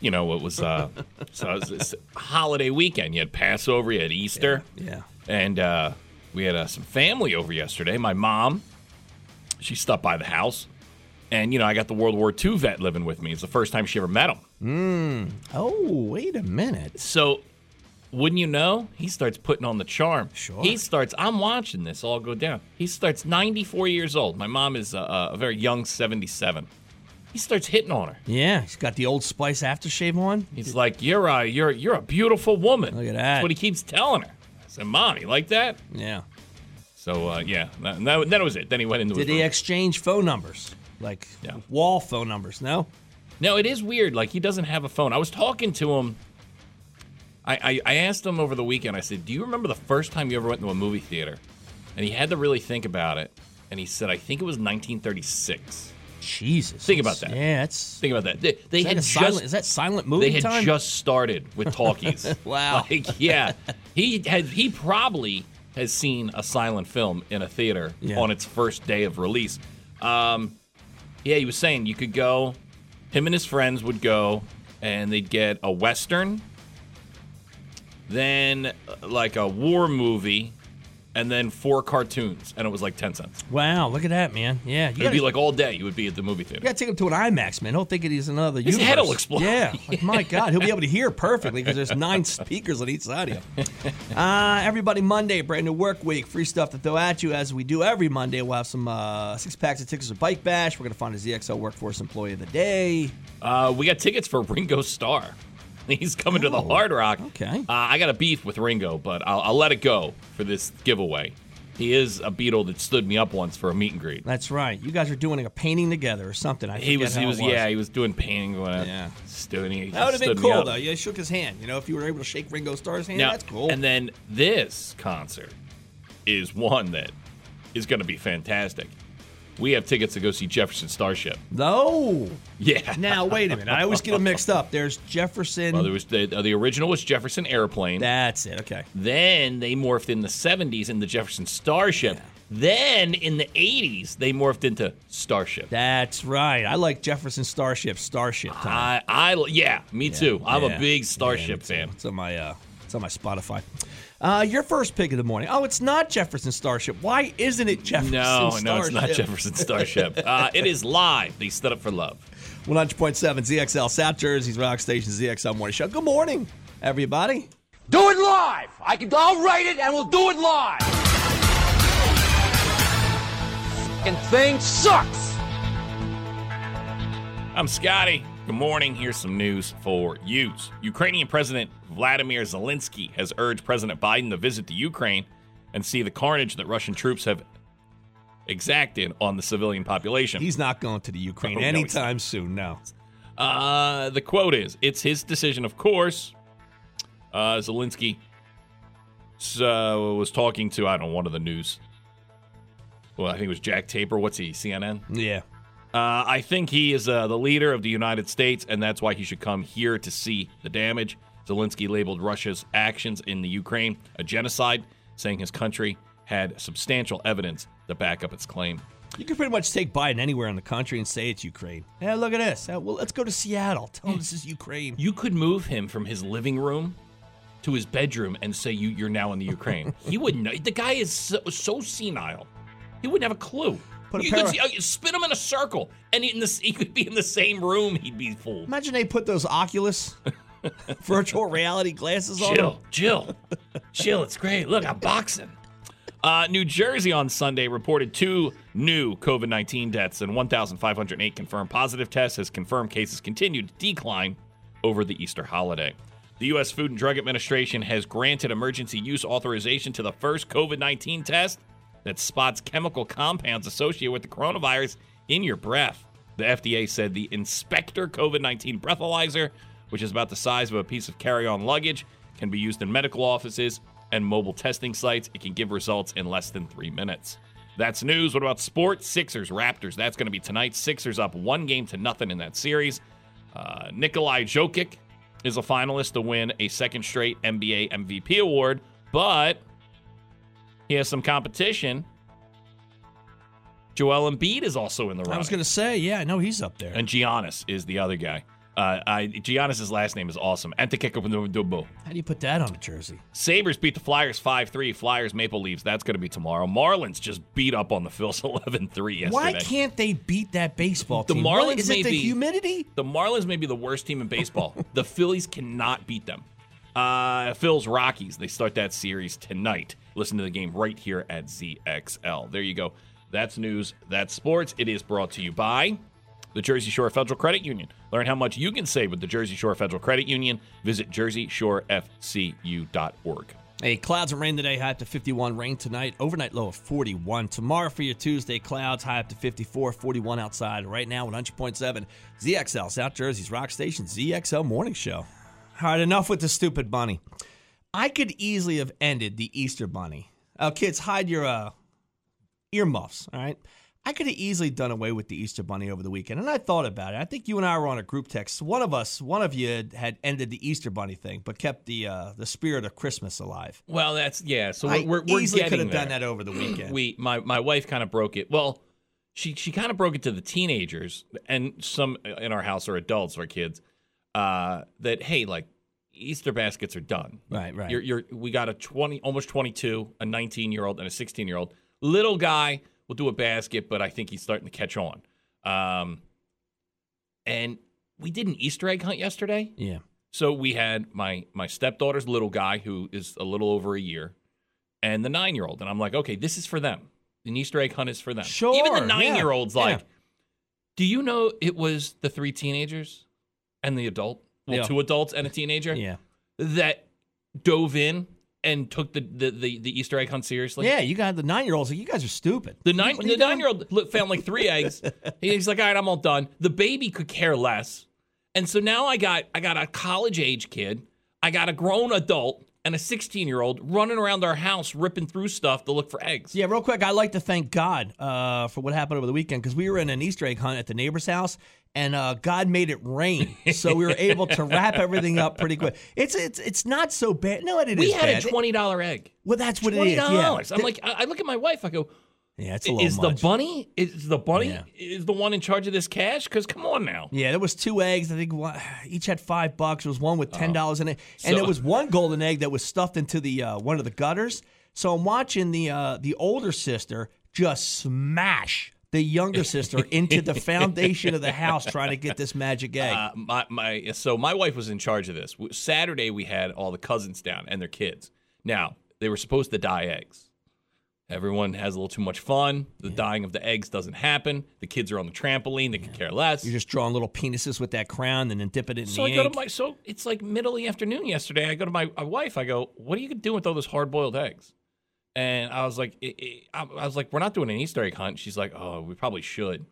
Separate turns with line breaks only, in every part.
You know, it was uh, so it was this holiday weekend. You had Passover, you had Easter,
Yeah.
and uh, we had uh, some family over yesterday. My mom, she stopped by the house, and you know, I got the World War II vet living with me. It's the first time she ever met him.
Oh, wait a minute.
So, wouldn't you know, he starts putting on the charm.
Sure.
He starts, I'm watching this all go down. He starts 94 years old. My mom is uh, a very young 77. He starts hitting on her.
Yeah, he's got the old Spice aftershave on.
He's like, "You're a you're you're a beautiful woman."
Look at
That's
that.
what he keeps telling her. I said, "Mom, you like that?"
Yeah.
So uh, yeah, that, that, that was it. Then he went into
Did
his
they
room.
exchange phone numbers? Like
No.
wall phone numbers? No.
No, it is weird. Like he doesn't have a phone. I was talking to him. I, I I asked him over the weekend. I said, "Do you remember the first time you ever went to a movie theater?" And he had to really think about it. And he said, "I think it was 1936."
Jesus.
Think about that.
Yeah, it's.
Think about that. They, they
is, that
had
a
just
silent, is that silent movie
they had
time?
just started with talkies.
Wow.
Like, yeah, he has. He probably has seen a silent film in a theater
Yeah.
on its first day of release. Um, yeah, he was saying you could go. Him and his friends would go, and they'd get a western, then uh, like a war movie, and then four cartoons, and it was like ten cents.
wow, look at that, man. Yeah, you
It'd
gotta,
be like all day. You would be at the movie theater.
you gotta take him to an IMAX, man. He'll think it is another.
His
universe.
head'll explode.
Yeah, like, my God, he'll be able to hear perfectly because there's nine speakers on each side of you. Uh, everybody, Monday, brand new work week, free stuff to throw at you as we do every Monday. We'll have some uh, six packs of tickets to Bike Bash. We're gonna find a ZXL Workforce Employee of the Day.
Uh, we got tickets for Ringo Starr. He's coming to the Hard Rock.
Oh, okay.
Uh, I got a beef with Ringo, but I'll, I'll let it go for this giveaway. He is a Beatle that stood me up once for a meet and greet.
That's right. You guys are doing a painting together or something. I
He
forget
was,
how
he
it
was, yeah, he was doing painting when
Yeah.
I stood. He
That would have been
stood me
cool
up.
though. You shook his hand. You know, if you were able to shake Ringo Starr's hand,
Now-
that's cool.
And then this concert is one that is going to be fantastic. We have tickets to go see Jefferson Starship.
no.
Yeah.
Now wait a minute. I always get them mixed up. There's Jefferson.
Well, there was the, the original was Jefferson Airplane.
that's it. Okay.
Then they morphed in the 70s into Jefferson Starship. Then in the 80s, they morphed into Starship.
That's right. I like Jefferson Starship. Starship time.
I, I, yeah, me too. I'm
Yeah.
a big
Yeah,
Starship
it's-
fan.
It's on my uh, it's on my Spotify. Uh, your first pick of the morning. Oh, it's not Jefferson Starship. Why isn't it Jefferson?
No,
Starship?
no, it's not Jefferson Starship. uh, it is live. They stood up for love.
100.7 ZXL South Jersey's Rock Station ZXL Morning Show. Good morning, everybody.
Do it live. I can. I'll write it, and we'll do it live. Fucking thing sucks.
I'm Scotty. Good morning. Here's some news for you. Ukrainian President Vladimir Zelensky has urged President Biden to visit the Ukraine and see the carnage that Russian troops have exacted on the civilian population.
He's not going to the Ukraine
Oh, no, he's
anytime soon. No.
Uh, the quote is, "It's his decision, of course." Uh, Zelensky so was talking to I don't know, one of the news. Well, I think it was Jack Taper. What's he? CNN.
Yeah.
Uh, I think he is uh, the leader of the United States, and that's why he should come here to see the damage. Zelensky labeled Russia's actions in the Ukraine a genocide, saying his country had substantial evidence to back up its claim.
You can pretty much take Biden anywhere in the country and say it's Ukraine. Yeah, look at this. Uh, well, let's go to Seattle. Tell them this is Ukraine.
You could move him from his living room to his bedroom and say you you're now in the Ukraine. he wouldn't. know. The guy is so, so senile. He wouldn't have a clue.
Put a
you
pair
could
of-
see- uh, spin him in a circle, and he, in this, he could be in the same room. He'd be fooled.
Imagine they put those Oculus virtual reality glasses on. him.
Jill, Jill, Chill, it's great. Look, I'm boxing. Uh, New Jersey on Sunday reported two new COVID 19 deaths and 1,508 confirmed positive tests as confirmed cases continued to decline over the Easter holiday. The U.S. Food and Drug Administration has granted emergency use authorization to the first COVID 19 test that spots chemical compounds associated with the coronavirus in your breath. The FDA said the Inspector COVID 19 breathalyzer, which is about the size of a piece of carry on luggage, can be used in medical offices and mobile testing sites. It can give results in less than three minutes. That's news. What about sports? Sixers, Raptors. That's going to be tonight. Sixers up one game to nothing in that series. Uh, Nikolai Jokic is a finalist to win a second straight NBA MVP award, but he has some competition. Joel Embiid is also in the running.
I was going to say, yeah, no, he's up there.
And Giannis is the other guy. Uh, I, Giannis's last name is awesome. Antetokounmpo.
How do you put that on a jersey?
Sabres beat the Flyers 5 3. Flyers Maple Leafs. That's going to be tomorrow. Marlins just beat up on the Phils 11 3 yesterday.
Why can't they beat that baseball
The
team? Really?
Marlins
Is
may
it the
be-
humidity?
The Marlins may be the worst team in baseball. the Phillies cannot beat them. Uh, Phil's Rockies. They start that series tonight. Listen to the game right here at ZXL. There you go. That's news. That's sports. It is brought to you by the Jersey Shore Federal Credit Union. Learn how much you can save with the Jersey Shore Federal Credit Union. Visit jerseyshoreFCU.org.
Hey, clouds and rain today, high up to 51. Rain tonight, overnight low of 41. Tomorrow for your Tuesday, clouds high up to 54, 41 outside. Right now, 100.7 ZXL, South Jersey's Rock Station, ZXL Morning Show. All right, enough with the stupid bunny. I could easily have ended the Easter bunny. Oh, kids, hide your uh, earmuffs, all right? I could have easily done away with the Easter bunny over the weekend, and I thought about it. I think you and I were on a group text. One of us, one of you had- had ended the Easter bunny thing, but kept the uh, the spirit of Christmas alive.
Well, that's yeah. So
I
we're, we're, we're
easily
getting
could have done
there.
that over the weekend.
We my my wife kind of broke it. Well, she she kind of broke it to the teenagers and some in our house are adults or kids. Uh, that hey, like Easter baskets are done.
Right, right.
You're, you're we got a twenty, almost twenty two, a nineteen year old and a sixteen year old. Little guy will do a basket, but I think he's starting to catch on. Um, and we did an Easter egg hunt yesterday.
yeah.
So we had my my stepdaughter's little guy who is a little over a year, and the nine year old, and I'm like, okay, this is for them. An Easter egg hunt is for them.
Sure,
Even
yeah,
the nine year old's
yeah.
like, do you know it was the three teenagers and the adult, well,
Yeah.
two adults and a teenager,
Yeah.
that dove in and took the the the, the Easter egg hunt seriously.
yeah, you got the nine year olds like you guys are stupid.
The nine,
What are you
the
doing?
nine-year-old li- found like three eggs. He's like, "All right, I'm all done." The baby could care less, and so now I got, I got a college-age kid, I got a grown adult, and a 16-year-old running around our house ripping through stuff to look for eggs.
Yeah, real quick, I'd like to thank God uh, for what happened over the weekend because we were in an Easter egg hunt at the neighbor's house, and uh, God made it rain, so we were able to wrap everything up pretty quick. It's it's it's not so bad. No, it is.
we had
bad.
a twenty-dollar egg.
Well, that's what it
Twenty
is. Yeah,
dollars. I'm like, I, I look at my wife. I go,
yeah, it's a little
"Is
much.
the bunny? Is the bunny
Yeah.
is the one in charge of this cash? Because come on now."
Yeah, there was two eggs. I think one, each had five bucks. There was one with ten dollars in it, and
Oh. So-
there was one golden egg that was stuffed into the uh, one of the gutters. So I'm watching the uh, the older sister just smash the younger sister into the foundation of the house trying to get this magic egg.
Uh, my, my so my wife was in charge of this. W- Saturday we had all the cousins down and their kids. Now they were supposed to dye eggs. Everyone has a little too much fun. The dyeing of the eggs doesn't happen. The kids are on the trampoline. They could care less.
You're just drawing little penises with that crown and then dipping it in
so
the
I go to
ink.
my so it's like middle of the afternoon yesterday. I go to my, my wife. I go, what are you gonna do with all those hard boiled eggs? And I was like, "I- I, I was like, we're not doing an Easter egg hunt. She's like, oh, we probably should.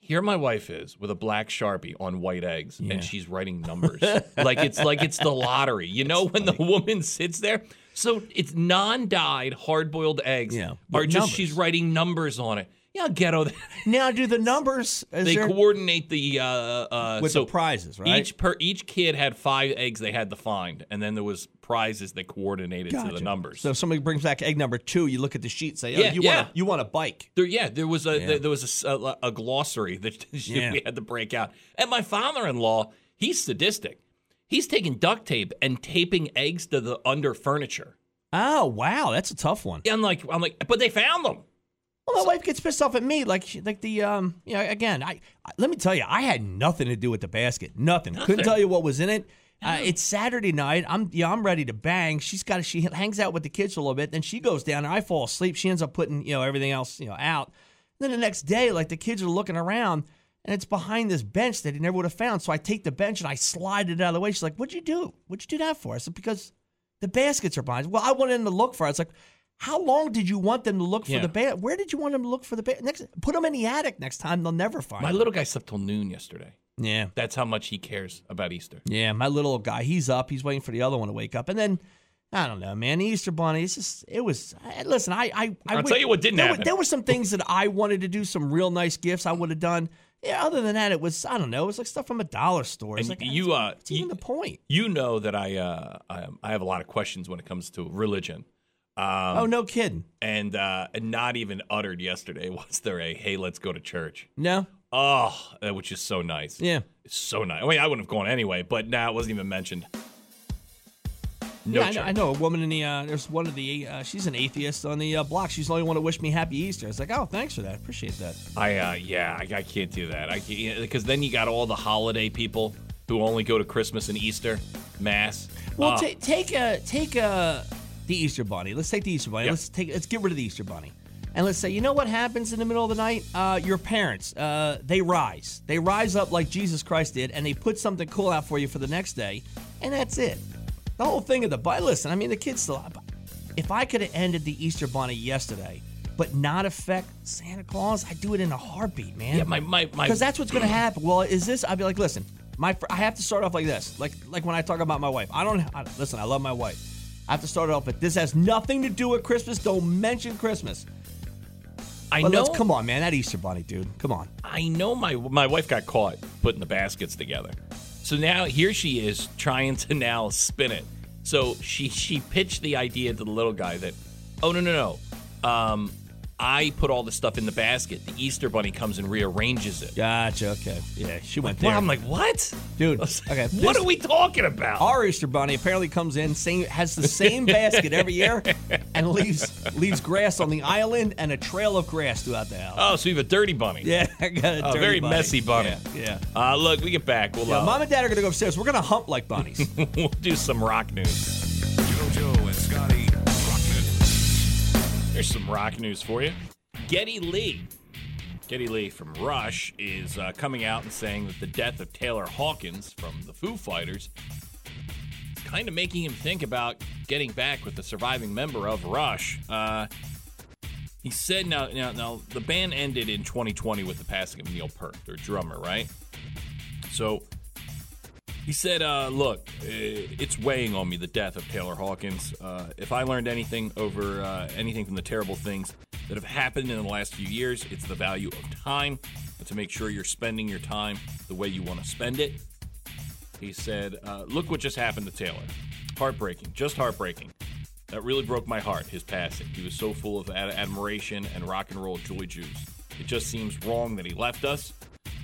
Here my wife is with a black sharpie on white eggs, and she's writing numbers like it's like it's the lottery. You know when the woman sits there. So it's non-dyed hard-boiled eggs
Yeah,
are
but
just
numbers.
she's writing numbers on it. Yeah, ghetto. that-
now, do the numbers? Is
they
there,
coordinate the uh, uh,
with
so
the prizes, right?
Each per each kid had five eggs they had to find, and then there was prizes they coordinated to the
Gotcha.
numbers.
so if somebody brings back egg number two, you look at the sheet and say, oh,
Yeah,
you,
yeah.
Want a, you want a bike.
there, yeah, there was a there, there was a s- a, a glossary that
Yeah.
we had to break out. And my father-in-law, he's sadistic. He's taking duct tape and taping eggs to the under furniture.
Oh, wow. That's a tough one.
I'm like, I'm like, but they found them.
Well, my wife gets pissed off at me, like she- like the um, you know. Again, I, I let me tell you, I had nothing to do with the basket. Nothing. Couldn't tell you what was in it. Uh, it's Saturday night. I'm yeah, I'm ready to bang. She's got she hangs out with the kids for a little bit, then she goes down and I fall asleep. She ends up putting you know everything else you know out. Then the next day, like the kids are looking around and it's behind this bench that he never would have found. So I take the bench and I slide it out of the way. She's like, "What'd you do? What'd you do that for?" I said, "Because the baskets are behind." Well, I wanted them to look for. It. It's like. How long did you want them to look for
Yeah.
the basket? Where did you want them to look for the basket? Next, put them in the attic next time. They'll never find.
My
it.
little guy slept till noon yesterday.
yeah,
That's how much he cares about Easter.
Yeah, my little guy, he's up. He's waiting for the other one to wake up, and then I don't know, man. The Easter Bunny, it's just it was. I, listen, I, I, I
I'll
wish-
tell you what didn't
there Were,
happen.
there were some things that I wanted to do, some real nice gifts I would have done. Yeah, other than that, it was I don't know. It was like stuff from a dollar store. It's
And
like,
you, uh,
what's even
you-
the point?
You know that I uh, I, I have a lot of questions when it comes to religion. Um,
oh no, kidding.
and uh, and not even uttered yesterday was there a hey let's go to church
No,
oh uh, which is so nice
yeah,
it's so nice I mean I wouldn't have gone anyway but now it wasn't even mentioned
yeah.
no
I
church.
know, I know a woman in the uh, there's one of the uh, she's an atheist on the uh, block. She's the only one to wish me happy Easter. It's like, oh, thanks for that. Appreciate that.
I uh, yeah I, I can't do that I can't because then you got all the holiday people who only go to Christmas and Easter mass
Well,
Ah,
ta take uh, take uh, the Easter Bunny. Let's take the Easter Bunny.
Yeah.
Let's take let's get rid of the Easter Bunny, and let's say you know what happens in the middle of the night. Uh, your parents uh, they rise, they rise up like Jesus Christ did, and they put something cool out for you for the next day, and that's it. The whole thing of the bunny. Listen, I mean the kids still. If I could have ended the Easter Bunny yesterday. But not affect Santa Claus. I do it in a heartbeat, man
yeah my my, my
because that's what's going to happen. Well, is this? I'd be like, listen, my fr- I have to start off like this, like like when I talk about my wife. I don't I, listen. I love my wife. I have to start off, but this has nothing to do with Christmas. Don't mention Christmas.
I
But
know
let's come on, man. That Easter bunny, dude. Come on.
I know my my wife got caught putting the baskets together. So now here she is trying to now spin it. So she she pitched the idea to the little guy that, oh no no no, um, I put all this stuff in the basket. The Easter bunny comes and rearranges it.
Gotcha. Okay. Yeah, she went
Well,
there.
I'm like, what,
Dude,
I was like,
okay,
what
this-
are we talking about?
our Easter bunny apparently comes in, same has the same basket every year, and leaves leaves grass on the island and a trail of grass throughout the house.
oh, so you have a dirty bunny.
yeah, I got a
a
dirty
very
bunny.
messy bunny.
Yeah. yeah.
Uh, look, we get back. We'll,
Yeah,
uh,
mom and dad are gonna go upstairs. We're gonna hump like bunnies.
we'll do some rock news.
JoJo and Scotty. Rock news.
Here's some rock news for you. Getty Lee. Getty Lee from Rush is uh, coming out and saying that the death of Taylor Hawkins from the Foo Fighters is kind of making him think about getting back with the surviving member of Rush. Uh, he said, now, now, now, the band ended in 2020 with the passing of Neil Peart, their drummer, right? So he said, uh, "Look, uh, it's weighing on me the death of Taylor Hawkins. Uh, if I learned anything over uh, anything from the terrible things that have happened in the last few years, it's the value of time, and to make sure you're spending your time the way you want to spend it." He said, uh, "Look what just happened to Taylor. Heartbreaking, just heartbreaking. That really broke my heart. His passing. He was so full of ad- admiration and rock and roll joy juice. It just seems wrong that he left us."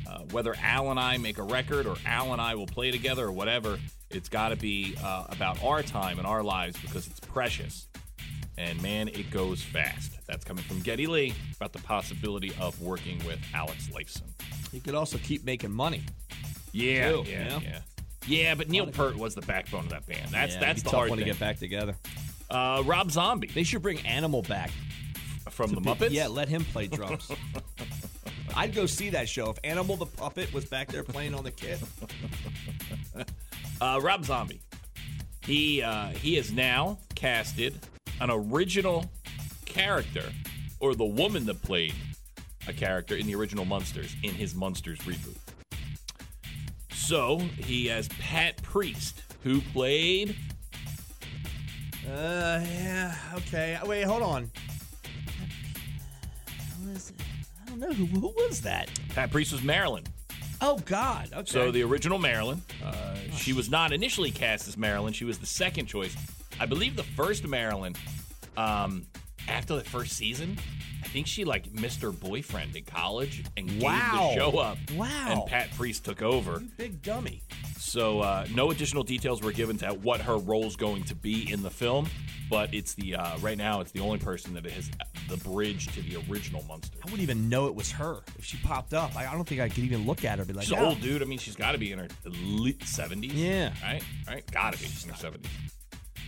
Uh, whether Al and I make a record or Al and I will play together or whatever, it's got to be uh, about our time and our lives because it's precious. And man, it goes fast. That's coming from Getty Lee about the possibility of working with Alex Lifeson.
You could also keep making money.
Yeah,
True,
yeah,
yeah.
yeah. Yeah, but Neil Peart was the backbone of that band. That's
Yeah,
that's
it'd
the
be
hard
tough one
thing.
to get back together.
Uh, Rob Zombie
They should bring Animal back.
from the
They-
Muppets.
Yeah, let him play drums. I'd go see that show if Animal the Puppet was back there playing on the kit.
Uh, Rob Zombie. He uh, he has now casted an original character, or the woman that played a character in the original Munsters in his Munsters reboot. So he has Pat Priest, who played
Uh, yeah, okay. Wait, hold on. Who is it? I don't know. Who, who was that?
Pat Priest was Marilyn.
Oh, God. Okay.
So the original Marilyn. Uh, she was not initially cast as Marilyn. She was the second choice. I believe the first Marilyn. Um, after the first season, I think she like missed her boyfriend in college and
Wow.
gave the show up.
Wow.
And Pat Priest took over.
Big dummy.
So uh, no additional details were given to what her role's going to be in the film, but it's the uh, right now it's the only person that has the bridge to the original Munster.
I wouldn't even know it was her if she popped up. I, I don't think I could even look at her. and Be like,
She's an
"Oh."
old dude. I mean, she's got to be in her late seventies.
Yeah.
right, right. Got to be in her seventies.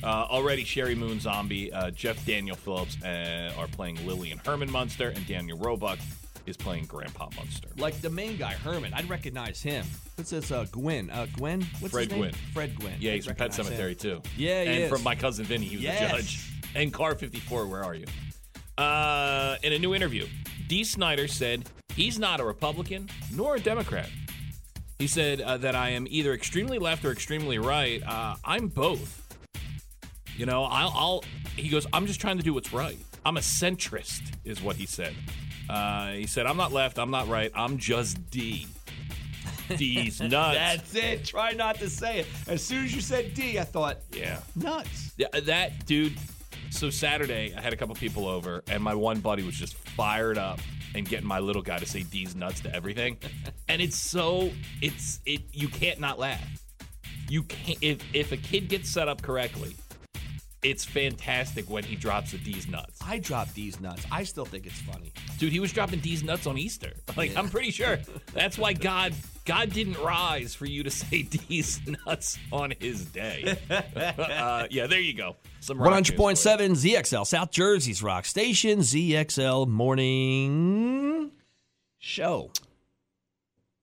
Uh, already, Sherry Moon Zombie, uh, Jeff Daniel Phillips uh, are playing Lillian Herman Munster, and Daniel Roebuck is playing Grandpa Munster.
Like the main guy, Herman. I'd recognize him. What's this? Uh, Gwen. Uh, Gwen. What's
Fred
his name?
Gwynn.
Fred Gwynn.
Yeah, he's
I'd
from Pet
recognize
Cemetery
him.
too.
Yeah, he
and
is.
from My Cousin Vinny, he was
Yes.
a judge. And Car 54, where are you? Uh, in a new interview, D. Snyder said he's not a Republican nor a Democrat. He said uh, that I am either extremely left or extremely right. Uh, I'm both. You know, I'll, I'll. He goes, I'm just trying to do what's right. I'm a centrist, is what he said. Uh, he said, I'm not left, I'm not right, I'm just D. D's nuts.
That's it. Try not to say it. As soon as you said D, I thought
yeah.
nuts.
Yeah, uh, that dude. So Saturday, I had a couple people over, and my one buddy was just fired up and getting my little guy to say D's nuts to everything. and it's so it's it you can't not laugh. You can't if if a kid gets set up correctly, it's fantastic when he drops the D's nuts.
I dropped these nuts. I still think it's funny.
Dude, he was dropping D's nuts on Easter. Like I'm pretty sure that's why God God didn't rise for you to say D's nuts on his day. uh, yeah, there you go. Some rock
One
news
hundred point
for you.
seven ZXL South Jersey's Rock Station ZXL Morning Show.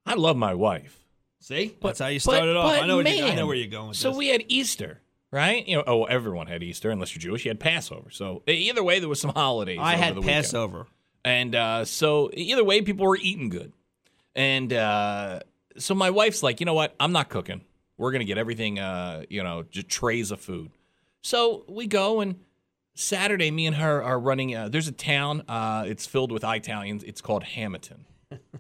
I love my wife.
See, that's how you
But-
started off.
but
I know, what you, I
man,
know where you're going. With
So
this.
we had Easter, right? You know, oh, everyone had Easter unless you're Jewish. You had Passover. So e, either way, there was some holidays.
I
over
had
the weekend.
Passover.
and uh, so either way, people were eating good. And uh, so my wife's like, you know what? I'm not cooking. We're gonna get everything, uh, you know, just trays of food. So we go and Saturday, me and her are running. Uh, there's a town. Uh, it's filled with Italians. It's called Hamilton.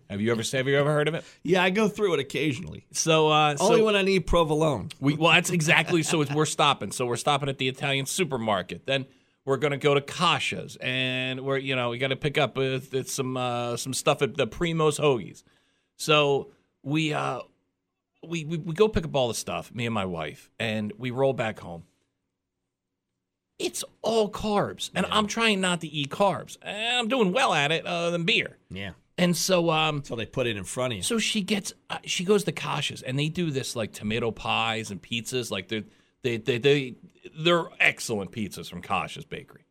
have you ever have you ever heard of it?
Yeah, I go through it occasionally.
So uh,
Only
so,
when I need provolone.
We, well, that's exactly so. It's, we're stopping. So we're stopping at the Italian supermarket. Then we're gonna go to Kasha's, and we're you know we got to pick up uh, th- some uh, some stuff at the Primo's Hoagies. So we uh we, we we go pick up all the stuff, me and my wife, and we roll back home. It's all carbs, and I'm trying not to eat carbs, and I'm doing well at it, other than beer.
Yeah.
And so um
So they put it in front of you.
so she gets, uh, she goes to Kasha's, and they do this like tomato pies and pizzas. Like they're they they they they're excellent pizzas from Kasha's Bakery.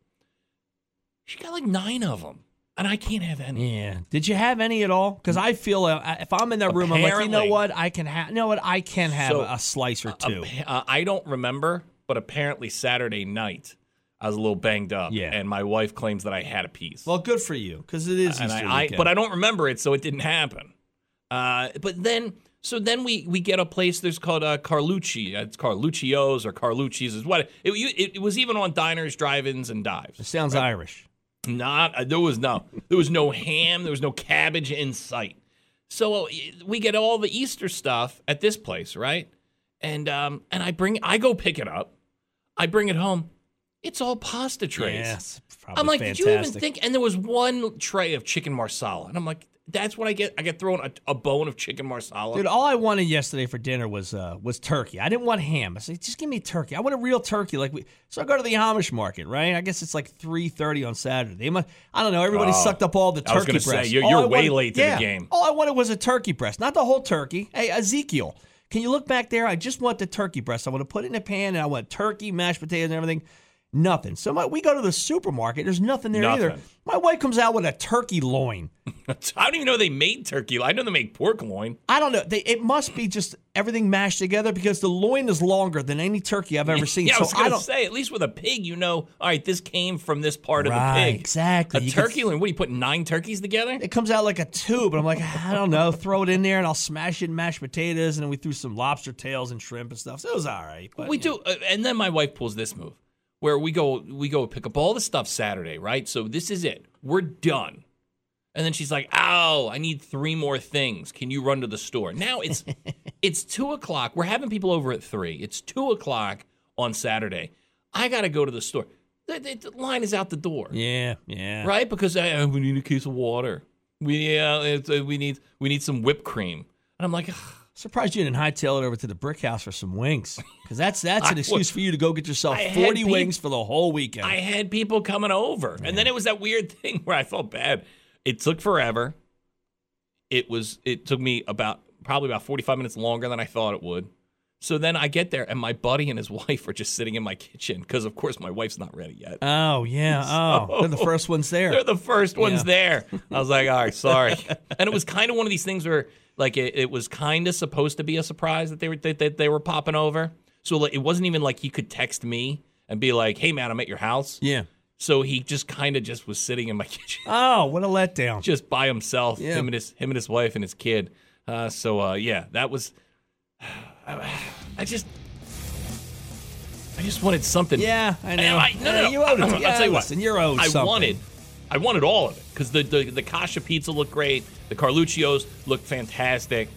She got like nine of them, and I can't have any.
Yeah. Did you have any at all? Because I feel uh, if I'm in that room, I'm like, you know
Apparently.
what? I can have. You know what? I can have
So,
a slice or two.
Appa- uh, I don't remember, but apparently Saturday night I was a little banged up,
Yeah.
and my wife claims that I had a piece.
well, good for you, because it is
and
Easter
I, I
weekend.
but I don't remember it, so it didn't happen. Uh, but then, so then we we get a place. There's called uh, Carlucci. Uh, It's Carluccio's or Carlucci's is what it, you- it, it was even on diners, drive-ins, and
It
dives.
sounds Irish.
Not uh, there was no there was no ham. There was no cabbage in sight. So uh, we get all the Easter stuff at this place, right? And um and I bring I go pick it up. I bring it home. It's all pasta trays.
Yes. Probably
I'm like,
fantastic.
did you even think? And there was one tray of chicken marsala, and I'm like, that's what I get. I get thrown a, a bone of chicken marsala.
Dude, all I wanted yesterday for dinner was uh, was turkey. I didn't want ham. I said, just give me turkey. I want a real turkey. Like we, so I go to the Amish market, right? I guess it's like three thirty on Saturday. They must, I don't know. Everybody sucked up all the turkey
Oh. I was gonna say,
breasts.
you're-
All
you're
I
way
wanted-
late to the
yeah.
game.
All I wanted was a turkey breast, not the whole turkey. Hey, Ezekiel, can you look back there? I just want the turkey breast. I want to put it in a pan, and I want turkey, mashed potatoes, and everything. Nothing. So my, we go to the supermarket. There's nothing there either.
Nothing.
My wife comes out with a turkey loin.
I don't even know they made turkey. I know they make pork loin.
I don't know. They, it must be just everything mashed together because the loin is longer than any turkey I've ever seen.
yeah, I
so
was gonna
don't.
say, at least with a pig, you know, all right, this came from this part of
Right,
the pig.
exactly.
A
You could-
turkey loin. What do you put nine turkeys together?
it comes out like a tube, and I'm like, I don't know. Throw it in there, and I'll smash it in mashed potatoes, and then we threw some lobster tails and shrimp and stuff. So it was all right. But
we do, uh, and then my wife pulls this move, where we go, we go pick up all the stuff Saturday, right? So this is it. We're done. And then she's like, "Oh, I need three more things. Can you run to the store?" Now it's it's two o'clock. We're having people over at three. It's two o'clock on Saturday. I gotta go to the store. The, the- the line is out the door,
Yeah, yeah.
right? Because uh, we need a case of water. We yeah, it's, uh, we need we need some whipped cream. And I'm like, "Ugh,
Surprised you didn't hightail it over to the brick house for some wings, because that's that's an
I
excuse for
would-
you to go get yourself
I had
forty
peop-
wings for the whole weekend.
I had people coming over, and then it was that weird thing where I felt bad. It took forever. It was. It took me about probably about forty five minutes longer than I thought it would. So then I get there, and my buddy and his wife are just sitting in my kitchen because, of course, my wife's not ready yet.
oh yeah, oh, they're the first ones there.
They're the first ones
Yeah.
there. I was like, all right, sorry. and it was kind of one of these things where, like, it, it was kind of supposed to be a surprise that they were that, that they were popping over. So like, it wasn't even like he could text me and be like, "Hey, man, I'm at your house."
yeah.
So he just kind of just was sitting in my kitchen,
Oh, what a letdown.
just by himself,
Yeah.
him and his him and his wife and his kid. Uh, so uh, yeah, that was. I just, I just wanted something.
Yeah, I know.
I, no, no,
Yeah,
no.
you owed it.
I'll
Yeah,
tell you what.
listen, you're owed
I
something.
wanted, I wanted all of it because the, the the Kasha pizza looked great. The Carluccios looked fantastic.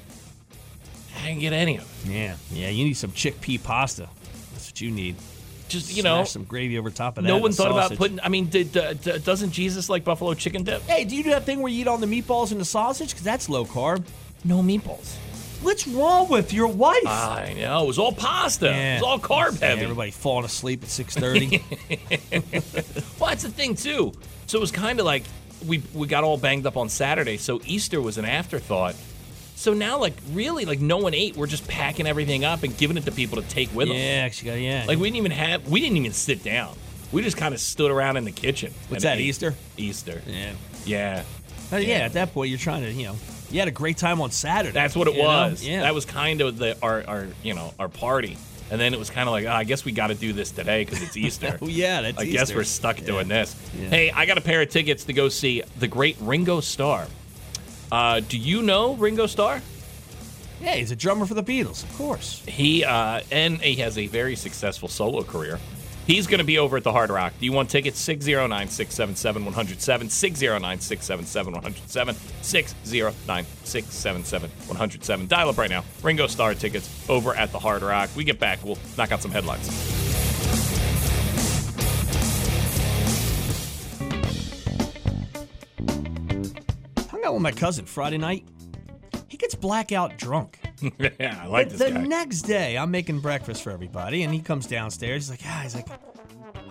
I didn't get any of it.
Yeah, yeah. You need some chickpea pasta. That's what you need.
Just you
Smash
know,
some gravy over top of that.
no
and
one
a
thought about
sausage.
putting. I mean, did, uh, d- doesn't Jesus like buffalo chicken dip?
Hey, do you do that thing where you eat all the meatballs and the sausage? Because that's low carb.
No meatballs.
What's wrong with your wife?
I know. It was all pasta. It was Ah, all carb
Yeah,
heavy.
everybody falling asleep at six thirty.
Well, that's the thing too. So it was kind of like we we got all banged up on Saturday, so Easter was an afterthought. So now, like really, like no one ate. We're just packing everything up and giving it to people to take with them.
yeah, actually, got yeah.
Like we didn't even have. We didn't even sit down. We just kind of stood around in the kitchen.
What's
and
that,
ate.
Easter?
Easter.
yeah.
Yeah.
Uh, yeah, at that point you're trying to, you know, you had a great time on Saturday.
That's what it
you know?
was.
Yeah,
That was kind of the our our you know our party. And then it was kind of like, oh, I guess we got to do this today because it's Easter.
Oh yeah, that's.
I guess
Easter.
we're stuck doing this.
Yeah.
Hey, I got a pair of tickets to go see the great Ringo Starr. Uh, do you know Ringo Starr?
Yeah, he's a drummer for the Beatles, of course.
He uh, and he has a very successful solo career. He's going to be over at the Hard Rock. Do you want tickets? 609 677 107. 609 677 107. 609 677 107. Dial up right now. Ringo Starr tickets over at the Hard Rock. We get back. We'll knock out some headlines.
Hung out with my cousin Friday night. He gets blackout drunk.
yeah, I like
But
this
the
guy.
next day, I'm making breakfast for everybody, and he comes downstairs. He's like, ah, he's like,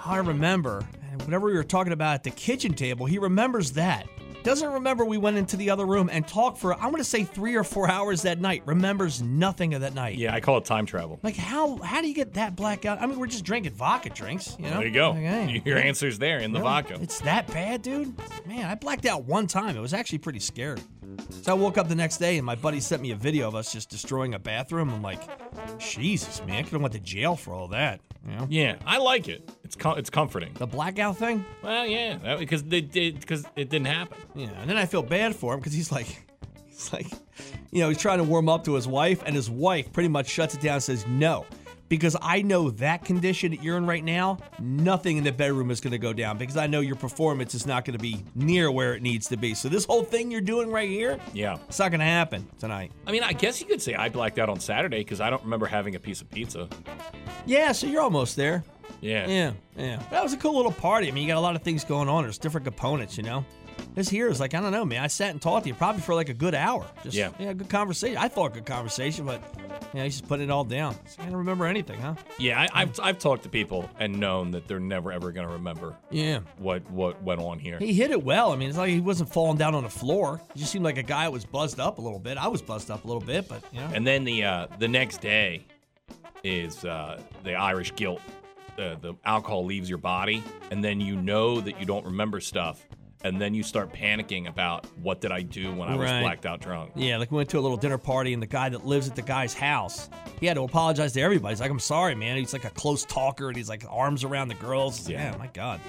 I remember and whatever we were talking about at the kitchen table. He remembers that. Doesn't remember we went into the other room and talked for I'm going to say three or four hours that night. Remembers nothing of that night.
yeah, I call it time travel.
Like how how do you get that blackout? I mean, we're just drinking vodka drinks. You know.
There you go.
Like, hey,
Your answer's there in the
really?
vodka.
It's that bad, dude. Man, I blacked out one time. It was actually pretty scary. So I woke up the next day and my buddy sent me a video of us just destroying a bathroom. I'm like, Jesus, man, I could have went to jail for all that. You know?
Yeah, I like it. It's com- it's comforting.
The blackout thing.
Well, yeah, because they did because it didn't happen.
Yeah, and then I feel bad for him because he's like, he's like, you know, he's trying to warm up to his wife, and his wife pretty much shuts it down and says no. Because I know that condition that you're in right now, nothing in the bedroom is going to go down because I know your performance is not going to be near where it needs to be. So, this whole thing you're doing right here,
Yeah.
it's not going to happen tonight.
I mean, I guess you could say I blacked out on Saturday because I don't remember having a piece of pizza.
Yeah, so you're almost there.
Yeah.
Yeah, yeah. That was a cool little party. I mean, you got a lot of things going on. There's different components, you know. This here is like, I don't know, man. I sat and talked to you probably for like a good hour. Just,
Yeah.
good conversation. I thought good conversation, but, you know, he's just putting it all down. So I don't remember anything, huh?
Yeah. I, I've I've talked to people and known that they're never ever gonna remember
Yeah.
what what went on here.
He hit it well. I mean, it's like he wasn't falling down on the floor. He just seemed like a guy that was buzzed up a little bit. I was buzzed up a little bit, but, you know.
And then the uh, the next day is uh, the Irish guilt. The, the alcohol leaves your body, and then you know that you don't remember stuff, and then you start panicking about what did I do when I was
Right.
blacked out drunk.
Yeah, like we went to a little dinner party, and the guy that lives at the guy's house, he had to apologize to everybody. He's like, "I'm sorry, man." He's like a close talker, and he's like arms around the girls. It's like,
Yeah.
yeah, my god.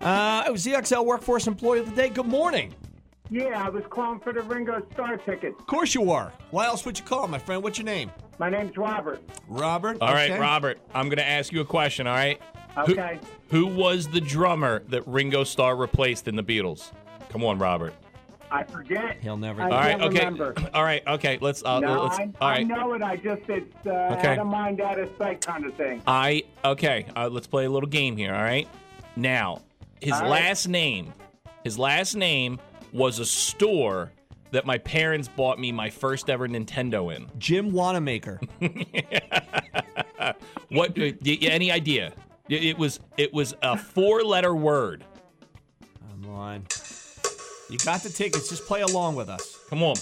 Uh, it was ZXL Workforce Employee of the Day. Good morning.
Yeah, I was calling for the Ringo Star ticket.
Of course you are. Why else would you call, my friend? What's your name?
My name's Robert.
Robert.
All right,
okay.
Robert, I'm going to ask you a question, all right? Who-
Okay.
Who, was the drummer that Ringo Starr replaced in the Beatles? Come on, Robert.
I forget.
He'll never
I
get
All right,
can't
okay.
remember.
All right, okay. Let's uh
no,
let's
I,
All
I
right.
know it. I just it's uh,
Okay.
out of mind, out of sight kind of thing.
I okay, uh, let's play a little game here, all right? Now, his last name, his last name was a store that my parents bought me my first ever Nintendo in.
Jim Wanamaker.
What? uh, y- y- any idea? Y- It was it was a four letter word.
Come on. You got the tickets. Just play along with us.
Come on.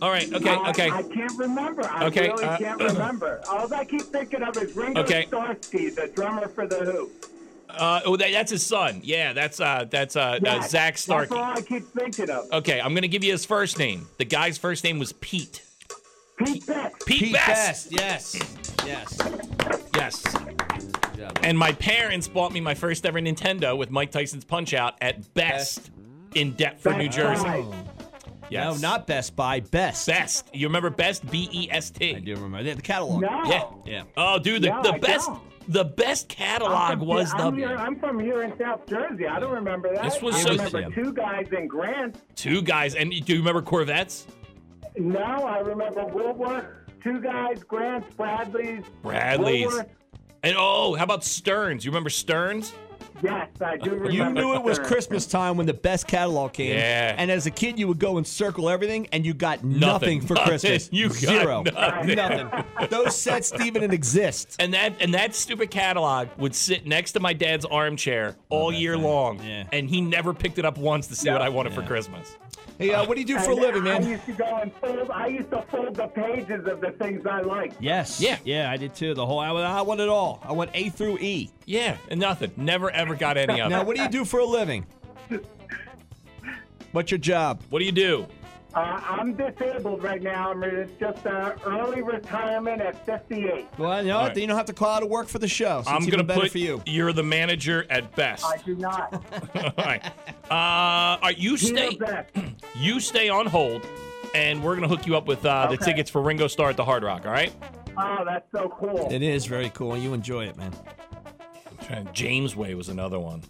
All right. Okay.
I-
Okay.
Uh, I, can't remember. I
Okay,
really
uh,
can't remember. All I keep thinking of is Ringo
Okay.
Starkey, the drummer for The Who.
Uh, oh, that, that's his son. Yeah. That's uh that's uh, uh
That-
Zach Starkey.
That's all I keep thinking of.
Okay. I'm gonna give you his first name. The guy's first name was Pete.
Pete Beck.
Pete,
Pete
Best.
Best. Yes. Yes.
Yes. And my parents bought me my first ever Nintendo with Mike Tyson's Punch Out at Best, in Deptford, New
Best
Jersey.
Buy.
No,
Yes.
Oh. not Best Buy. Best.
Best. You remember Best? B E S T.
I do remember. They have the catalog.
No.
Yeah.
Yeah.
Oh, dude, the,
No,
the
I
best
don't.
the best catalog
I'm from-
was
I'm,
the
here, I'm from here in South Jersey. I don't remember that.
This was
I
so-
remember
Yeah.
two guys in Grant.
two guys. And do you remember Corvettes?
No, I remember Woolworth. Two guys, Grant's, Bradley's.
Bradley's.
Woolworth.
And oh, how about Stearns? You remember Stearns?
Yes, I do remember.
You knew it was
her.
Christmas time when the best catalog came.
Yeah.
And as a kid, you would go and circle everything, and you got nothing, for
Nothing.
Christmas.
You got
Zero.
nothing.
Those sets didn't even exist.
And that and that stupid catalog would sit next to my dad's armchair all year long.
Yeah.
And he never picked it up once to see what I wanted for Christmas.
Hey, uh, what do you do for a
And
living,
I
man?
used to go and fold. I used to fold the pages of the things I liked.
Yes.
Yeah.
Yeah, I did too. The whole I want, I want it all. I want A through E.
Yeah, and nothing. Never ever got any of
Now,
it.
what do you do for a living? What's your job?
What do you do?
Uh, I'm disabled right now. I'm re- just uh, early retirement at 58.
Well, you know,
All
what?
right.
Then you don't have to call out of work for the show. So
I'm
it's
gonna
even better
put
for you.
You're the manager at best.
I do not.
all right. Uh, all right. You
Peter
stay.
Beck.
You stay on hold, and we're gonna hook you up with uh, the
Okay.
tickets for Ringo Starr at the Hard Rock. All right?
Oh, that's so cool.
It is very cool. You enjoy it, man.
James Way was another one.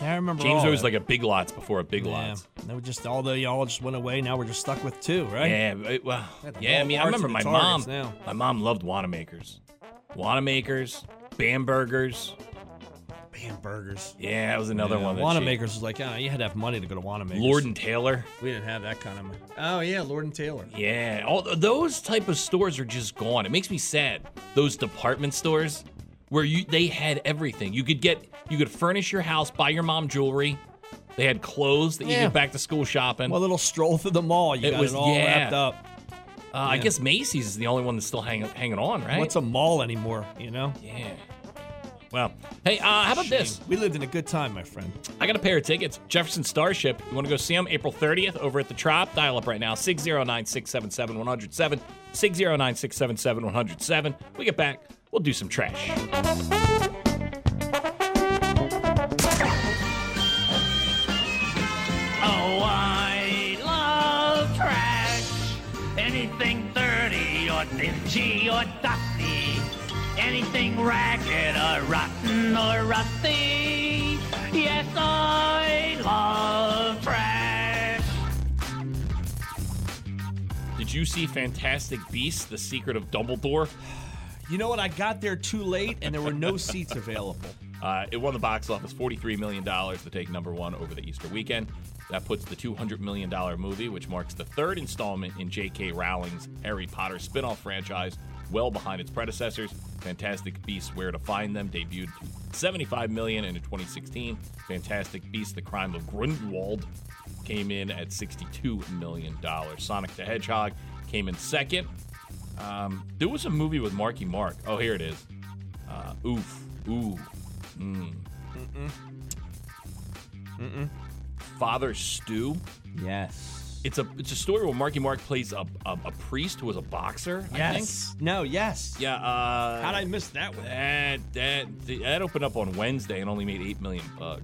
Yeah, I remember.
James
all
Way was
that.
like a Big Lots before a Big
yeah.
Lots.
They were just although y'all just went away. Now we're just stuck with two, right?
Yeah, it- well,
the
yeah. I
whole
mean, I
arts
remember
and
my
its
mom.
artists now.
My mom loved Wanamakers, Wanamakers, Bambergers.
Hamburgers.
Yeah, that was another
Yeah,
one. That
Wanamakers was like, oh, you had to have money to go to
She,
Wanamakers.
Lord and Taylor.
we didn't have that kind of money. Oh yeah, Lord and Taylor.
Yeah, all those type of stores are just gone. It makes me sad. Those department stores where you they had everything. You could get you could furnish your house, buy your mom jewelry. They had clothes that you
Yeah.
could back to school shopping.
A little stroll through the mall. You
It
got
was-
it all
yeah.
wrapped up.
uh, I guess Macy's is the only one that's still hang, hanging on, right?
What's a mall anymore? You know.
yeah. Well, hey, uh, how about this?
We lived in a good time, my friend.
I got a pair of tickets. Jefferson Starship. You want to go see them April 30th over at the Trop? Dial up right now 609 677 107. 609 677 107. We get back, we'll do some trash.
Oh, I love trash. Anything dirty or dingy or dusty. Anything ragged or rotten or rusty. Yes, I love trash.
Did you see Fantastic Beasts: The Secret of Dumbledore?
You know what? I got there too late, and there were no seats available.
Uh, it won the box office $43 million to take number one over the Easter weekend. That puts the $200 million movie, which marks the third installment in J.K. Rowling's Harry Potter spin off franchise, well behind its predecessors. Fantastic Beasts: Where to Find Them debuted to $75 million in 2016. Fantastic Beasts: The Crime of Grindelwald came in at $62 million. Sonic the Hedgehog came in second. Um, there was a movie with Marky Mark. Oh, here it is. Uh, oof. Ooh. Father Stew.
Yes.
It's a it's a story where Marky Mark plays a a, a priest who was a boxer. I think.
Yes. No. Yes.
Yeah. Uh,
How'd I miss that one?
that that that opened up on Wednesday and only made eight million bucks.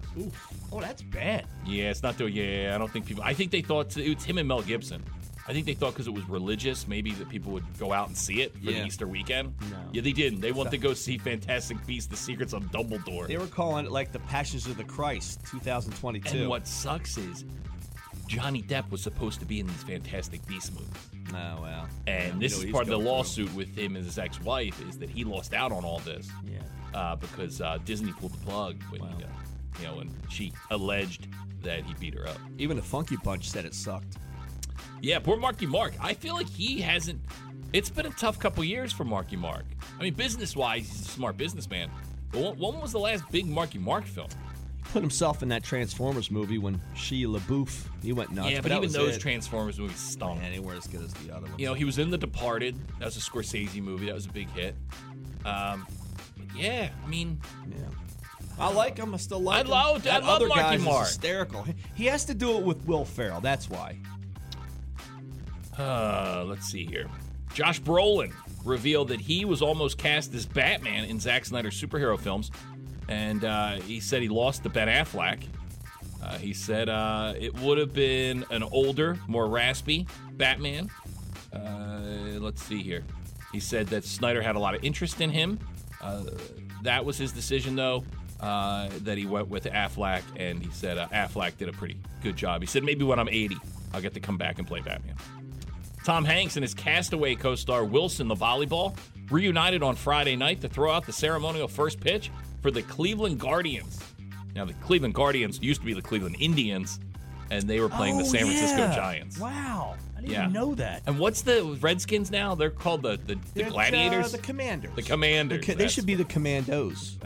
Oh, that's bad.
Yeah, it's not doing. Yeah, I don't think people. I think they thought it's him and Mel Gibson. I think they thought because it was religious, maybe that people would go out and see it for
Yeah.
the Easter weekend.
No.
Yeah, they didn't. They want to go see Fantastic Beasts: The Secrets of Dumbledore.
They were calling it like the Passions of the Christ 2022.
And what sucks is Johnny Depp was supposed to be in these Fantastic Beasts movies.
Oh well. Yeah,
And
you
this
know
is
he's
part of the
going through.
lawsuit with him and his ex-wife is that he lost out on all this
Yeah.
uh, because uh, Disney pulled the plug when he, uh, you know when she alleged that he beat her up.
Even the Funky Bunch said it sucked.
Yeah, poor Marky Mark. I feel like he hasn't. It's been a tough couple years for Marky Mark. I mean, business-wise, he's a smart businessman. But when, when was the last big Marky Mark film?
He put himself in that Transformers movie when Shia LaBeouf he went nuts.
yeah, but,
Uh, that
even
was
those
it.
Transformers movies stunk.
Man, they weren't as good as the other one.
You know, he was in The Departed. That was a Scorsese movie. That was a big hit. Um, but yeah, I mean,
Yeah. I like him. I still like
I
him.
love- I
that
love
other
Marky
guy's is
Mark.
hysterical. He- He has to do it with Will Ferrell. That's why.
uh, let's see here. Josh Brolin revealed that he was almost cast as Batman in Zack Snyder's superhero films, and uh, he said he lost to Ben Affleck. Uh, he said uh, it would have been an older, more raspy Batman. Uh, let's see here. He said that Snyder had a lot of interest in him. Uh, that was his decision, though, uh, that he went with Affleck, and he said uh, Affleck did a pretty good job. He said maybe when I'm 80, I'll get to come back and play Batman. Tom Hanks and his Castaway co star Wilson, the volleyball, reunited on Friday night to throw out the ceremonial first pitch for the Cleveland Guardians. Now, the Cleveland Guardians used to be the Cleveland Indians, and they were playing the
Oh,
San Francisco
yeah.
Giants.
Wow. I didn't
Yeah.
even know that.
And what's the Redskins now? They're called the, the, the
They're, uh,
Gladiators?
the Commanders.
The Commanders,
The co- they
that's
should be the Commandos.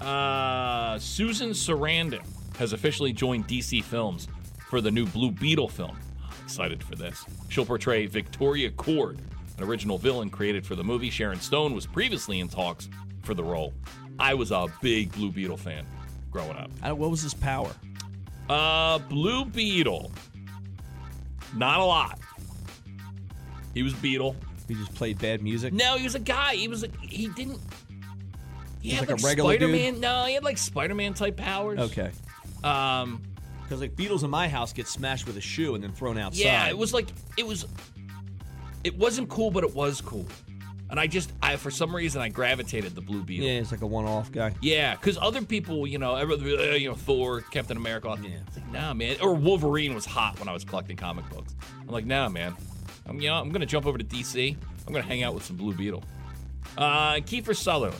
Uh, Susan Sarandon has officially joined DC Films for the new Blue Beetle film. I'm excited for this. She'll portray Victoria Cord, an original villain created for the movie. Sharon Stone was previously in talks for the role. I was a big Blue Beetle fan growing up.
I, what was his power?
Uh, Blue Beetle. Not a lot. He was Beetle.
He just played bad music.
No, he was a guy. He was a, he didn't. He
was
had
like a
like,
regular dude?
Spider-Man. No, he had like Spider-Man type powers.
Okay.
Um.
Because like Beatles in my house get smashed with a shoe and then thrown outside.
Yeah, it was like it was. It wasn't cool, but it was cool, and I just I for some reason I gravitated the Blue Beetle.
Yeah, it's like a one-off guy.
Yeah, because other people, you know, every, uh, you know, Thor, Captain America. Yeah. It's like, nah, man. Or Wolverine was hot when I was collecting comic books. I'm like, nah, man. I'm, you know, I'm gonna jump over to DC. I'm gonna hang out with some Blue Beetle. Uh, Kiefer Sutherland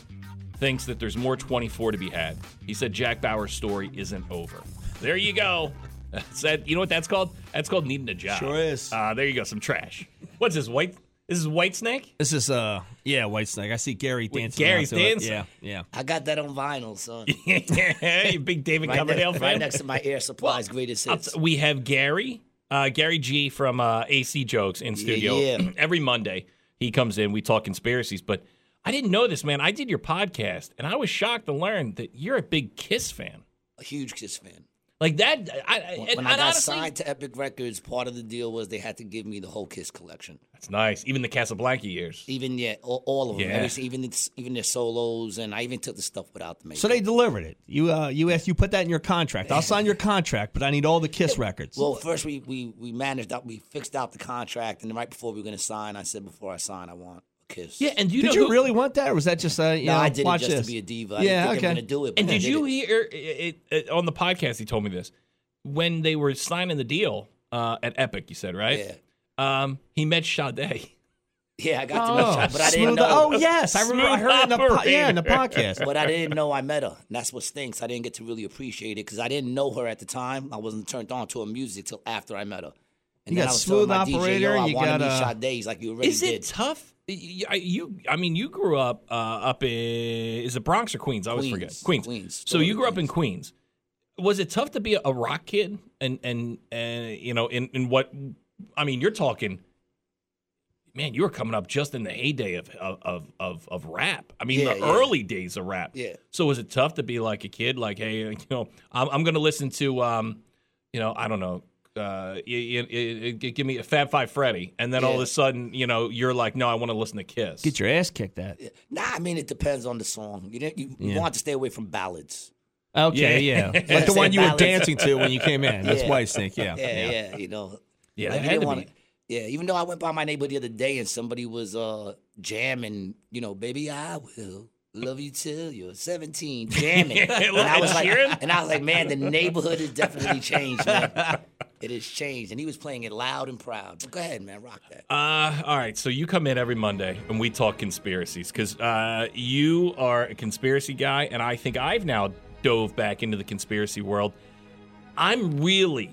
thinks that there's more 24 to be had. He said Jack Bauer's story isn't over. There you go. Said, you know what that's called? That's called needing a job.
Sure is.
Uh, there you go. Some trash. What's this white? This is White Snake.
This is uh, yeah, White Snake. I see Gary dancing.
Gary's
around to it.
dancing.
Yeah, yeah.
I got that on vinyl, son.
yeah, you big David
Right,
Coverdale
next,
fan.
right next to my Air Supply's greatest
I'll
hits.
t- we have Gary, uh, Gary G from uh, AC Jokes in studio
yeah.
every Monday. He comes in, we talk conspiracies. But I didn't know this, man. I did your podcast, and I was shocked to learn that you're a big Kiss fan.
A huge Kiss fan.
Like that, I, I-
When
and,
I
and
got
honestly,
signed to Epic Records, part of the deal was they had to give me the whole Kiss collection.
that's nice. Even the Casablanca years.
Even yeah, all, all of them.
Yeah.
Every- even it's, even their solos, and I even took the stuff without the makeup.
So they delivered it. You uh, you asked, you put that in your contract. I'll sign your contract, but I need all the Kiss records.
Well, first we, we we managed out, we fixed out the contract, and then right before we were going to sign, I said, before I sign, I want a kiss.
Yeah, and you know
did you
who-
really want that, or was that just uh, you
No,
know,
I did it
watch
just
this.
to be a diva. I
yeah,
didn't think
okay.
I'm going to do it. but
And
I
did
did
you e-
it.
hear it, it- on the podcast? He told me this when they were signing the deal uh, at Epic. You said right? Yeah. Um, he met Sade.
Yeah, I got to
Oh,
meet her, but I didn't
smooth-
know.
oh yes, I remember. I
Smooth
heard it in the po- yeah in the
operator.
podcast.
But I didn't know I met her. And that's what stinks. I didn't get to really appreciate it because I didn't know her at the time. I wasn't turned on to her music till after I met her. And
You
then
got
I was telling
Smooth
my DJ,
Operator,
Yo, I
you
want to
got,
meet
uh,
Sade. He's like, you already
Is it
did.
tough? Y- y- You, I mean, you grew up uh, up in is it Bronx or Queens? I always forget
Queens.
Queens.
Queens.
So you grew up in Queens. Was it tough to be a- a rock kid and and and you know in in what I mean? You're talking, man. You were coming up just in the heyday of of of, of, of rap. I mean,
Yeah,
the
yeah.
early days of rap.
Yeah.
So was it tough to be like a kid, like, hey, you know, I'm I'm gonna listen to um, you know, I don't know. Uh, y y y- y- give me a Fab Five Freddy, and then all of
Yeah.
a sudden, you know, you're like, no, I want to listen to Kiss.
Get your ass kicked at.
Nah, I mean, it depends on the song. You, didn't, you, you
Yeah.
want to stay away from ballads.
Okay,
Yeah.
yeah, like the one you were
Balance.
dancing to when you came in. That's
Yeah.
White Snake. Yeah,
Yeah, yeah, you know.
yeah,
Like,
that had
you didn't
to
want
be.
Yeah, even though I went by my neighbor the other day and somebody was uh jamming, you know, baby, I will love you till you're 17, jamming.
Yeah,
and I was
Ed
like,
Sheeran?
and I was like, man, the neighborhood has definitely changed, man. It has changed, and he was playing it loud and proud. Go ahead, man, rock that.
Uh, all right. So you come in every Monday and we talk conspiracies because uh, you are a conspiracy guy, and I think I've now dove back into the conspiracy world. I'm really,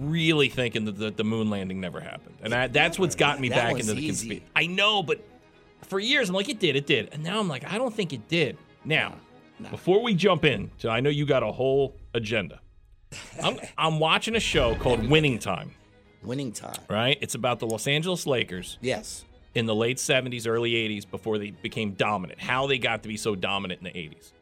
really thinking that the, the moon landing never happened, and I, that's what's gotten me
That
back
one's
into the
easy.
conspiracy. I know, but for years I'm like, it did, it did, and now I'm like, I don't think it did. Now, before we jump in, so I know you got a whole agenda. I'm I'm watching a show called Winning Time
Winning time.
right? It's about the Los Angeles Lakers
Yes.
in the late 70s, early 80s before they became dominant, how they got to be so dominant in the 80s.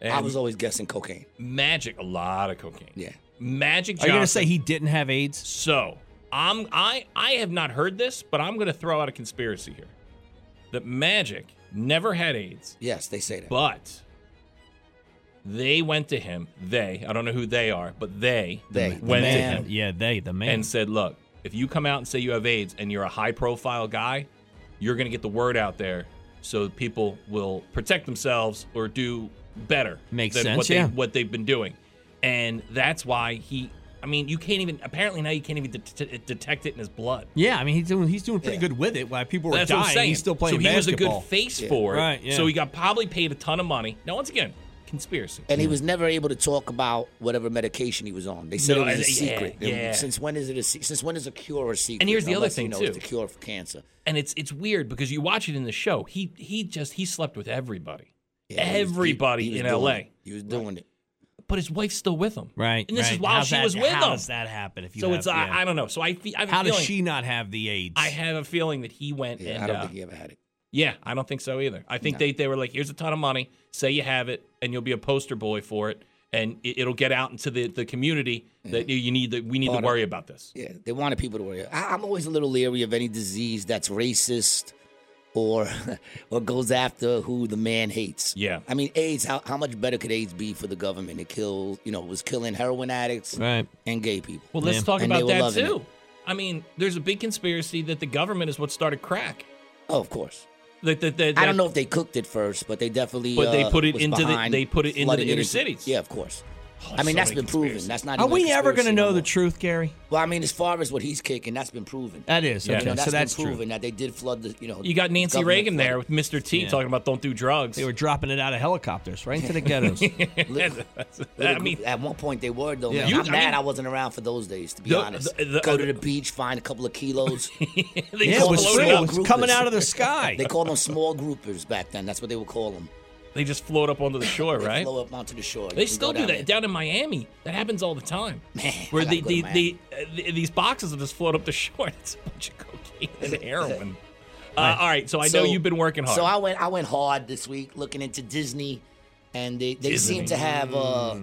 And
I was always guessing cocaine.
Magic, a lot of cocaine.
Yeah.
Magic
Are
Johnson.
you gonna say he didn't have AIDS?
So I'm I I have not heard this, but I'm gonna throw out a conspiracy here. That Magic never had AIDS,
Yes, they say that.
but they went to him. They, I don't know who they are, but they,
They. The
went to
man.
him
Yeah, they the man.
and said, "Look, if you come out and say you have AIDS and you're a high-profile guy, you're going to get the word out there, so people will protect themselves or do better
Makes
than
sense,
what, they,
yeah.
what they've been doing." And that's why he. I mean, you can't even. Apparently now you can't even det- detect it in his blood.
yeah, I mean he's doing he's doing pretty
Yeah.
good with it. While people were
That's what I'm
dying,
saying.
he's still playing
so he
basketball.
was a good face for it.
Right, yeah.
So he got probably paid a ton of money. Now once again, conspiracy.
And he was never able to talk about whatever medication he was on. They said
No,
it was a
and- yeah,
secret. And
yeah.
Since when is it a se- since when is a cure a secret?
here's the other
Unless,
thing,
you know, it's
too.
the cure for cancer.
and it's it's weird because you watch it in the show. He he just he slept with everybody.
Yeah, he was- he-
everybody
he was
in
doing
LA.
it. He was doing it.
but his wife's still with him.
Right.
And this
right.
is while
How's
she
that-
was with
How
him.
does that happen? If you
So
have,
it's I,
yeah.
I don't know. So I fe- I have
How
a
does
feeling,
she not have the AIDS?
I have a feeling that he went
Yeah,
and
I don't
uh,
think he ever had it.
yeah, I don't think so either. I think they they were like, here's a ton of money, say you have it, and you'll be a poster boy for it, and it, it'll get out into the the community that you, you need that we need to worry about this.
Yeah, they wanted people to worry. I, I'm always a little leery of any disease that's racist or or goes after who the man hates.
Yeah.
I mean, AIDS. How, how much better could AIDS be for the government? It kills. You know, it was killing heroin addicts
Right.
and gay people.
Well, let's
Yeah.
talk
And they
about
were
that
loving
too. I mean, there's a big conspiracy that the government is what started crack.
Oh, of course.
That, that, that,
I
that-
don't know if they cooked it first, but they definitely.
But they
uh,
put it
was
into the-
behind
they put it into the
flooding
inner
into-
cities.
Yeah, of course.
Oh,
I mean,
so
that's
many
been
conspiracies.
proven. That's not.
Are
even a
we ever
conspiracy
gonna know
no
the
more.
truth, Gary?
Well, I mean, as far as what he's kicking, that's been proven.
That is.
Uh, Yeah.
Okay.
You know,
so that's
been
true.
proven that they did flood the. You know,
You got Nancy
government
Reagan
flooded.
there with Mr. T
Yeah.
talking about don't do drugs.
They were dropping it out of helicopters right into the ghettos.
Little-
That's-
With a
I mean,
group- at one point they were though.
Yeah.
man.
You-
I'm
I
mad I,
mean-
wasn't around for those days. To be
The-
honest,
the- uh, the-
go to the beach, find a couple of kilos.
they
yeah, it
just
was,
Blow
floated
real.
up.
It was
Groupers.
coming out of the sky.
they called them small groupers back then. That's what they would call them.
They just float up onto the shore,
They
right?
Flow up onto the shore.
They
You can
still
go
do
down
that
there.
down in Miami. That happens all the time.
Man,
where
I
the,
gotta go to
the, the,
Miami.
uh, the- these boxes will just float up the shore. It's a bunch of cocaine and heroin. Uh, all right, so I know
So-
you've been working hard.
So I went. I went hard this week looking into Disney, and they, they
Disney. Mm.
seem to have. Uh,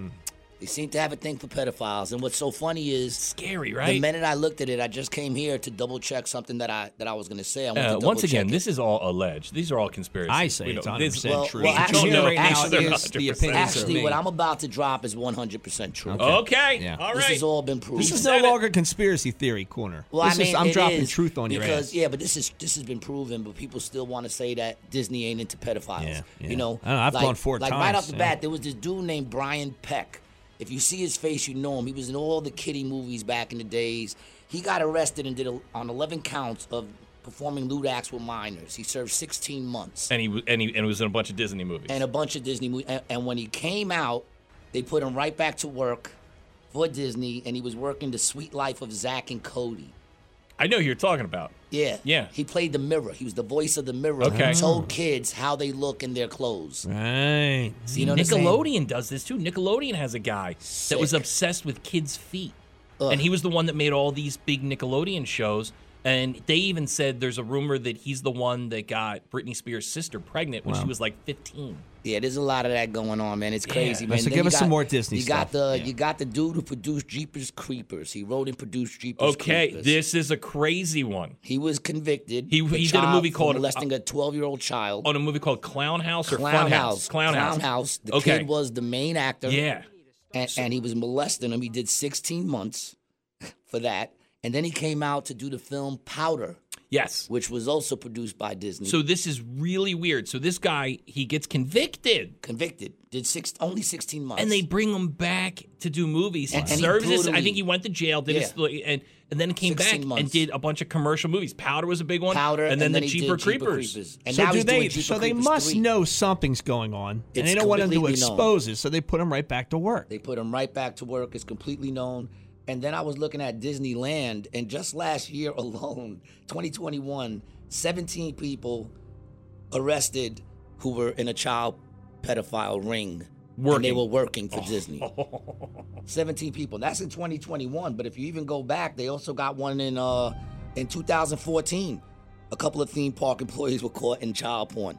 they seem to have a thing for pedophiles. And what's so funny is.
scary,
The
right?
minute I looked at it, I just came here to double check something that I that I was going to say. I went to
Uh,
double
once again,
check it.
this is all alleged. These are all conspiracies.
I say
We
it's
don't- this-
100%
Well-
true.
well,
What you're
actually-
hearing right now
actually
is the opinion of
Actually,
me.
what I'm about to drop is 100% true.
Okay,
Yeah.
all
This
right.
has all been proven.
This is no
said it.
longer conspiracy theory corner.
well,
this
I mean,
is, I'm
it
dropping
is
truth on your
because
ass.
yeah, but this is this has been proven, but people still want to say that Disney ain't into pedophiles.
Yeah, yeah.
You know,
I don't know, I've
like,
gone four
like right
times,
off the
yeah.
bat, there was this dude named Brian Peck. If you see his face, you know him. He was in all the kiddie movies back in the days. He got arrested and did a, on 11 counts of performing lewd acts with minors. He served 16 months.
and he w- and he and it was in a bunch of Disney movies.
and a bunch of Disney movies. And, and when he came out, they put him right back to work for Disney, and he was working the Sweet Life of Zach and Cody.
I know who you're talking about.
Yeah,
Yeah.
He played the mirror. He was the voice of the mirror.
Okay.
He told kids how they look in their clothes.
Mm. Right.
You know what I'm saying?
Nickelodeon does this too. Nickelodeon has a guy that was
Sick.
obsessed with kids' feet. And he was the one that made all these big Nickelodeon shows. And they even said there's a rumor that he's the one that got Britney Spears' sister pregnant when she was like 15.
Yeah, there's a lot of that going on, man. It's crazy, man.
So
Then
give
you
us
got-
some more Disney
you
stuff.
Got the, You got the dude who produced Jeepers Creepers. He wrote and produced Jeepers
Okay,
Creepers.
this is a crazy one.
He was convicted.
He-
for
he did a
child-
movie
for
called- uh,
molesting a 12 year old child.
On a movie called Clown House or
Clown
Fun
House.
Clown, House.
The
okay.
kid was the main actor.
Yeah.
and, and he was molesting him. He did 16 months for that. And then he came out to do the film Powder.
Yes.
Which was also produced by Disney.
So this is really weird. So this guy, he gets convicted.
Convicted. Did six only 16 months.
And they bring him back to do movies.
And-
he
and he
serves his, I
brutally-
think he went to jail, did his, and and then came back
16
and
months.
did a bunch of commercial movies. Powder was a big one.
Powder,
and then,
and then
the
he did
Cheaper
Jeepers
Creepers.
Creepers.
so do they? So they must
three.
know something's going on, and
It's
they don't want him to
completely known.
expose it. So they put him right back to work.
They put him right back to work. It's completely known. And then I was looking at Disneyland, and just last year alone, 2021, 17 people arrested who were in a child pedophile ring. And they
Working.
were working for Disney. 17 people. That's in 2021. But if you even go back, they also got one in uh in 2014. A couple of theme park employees were caught in child porn.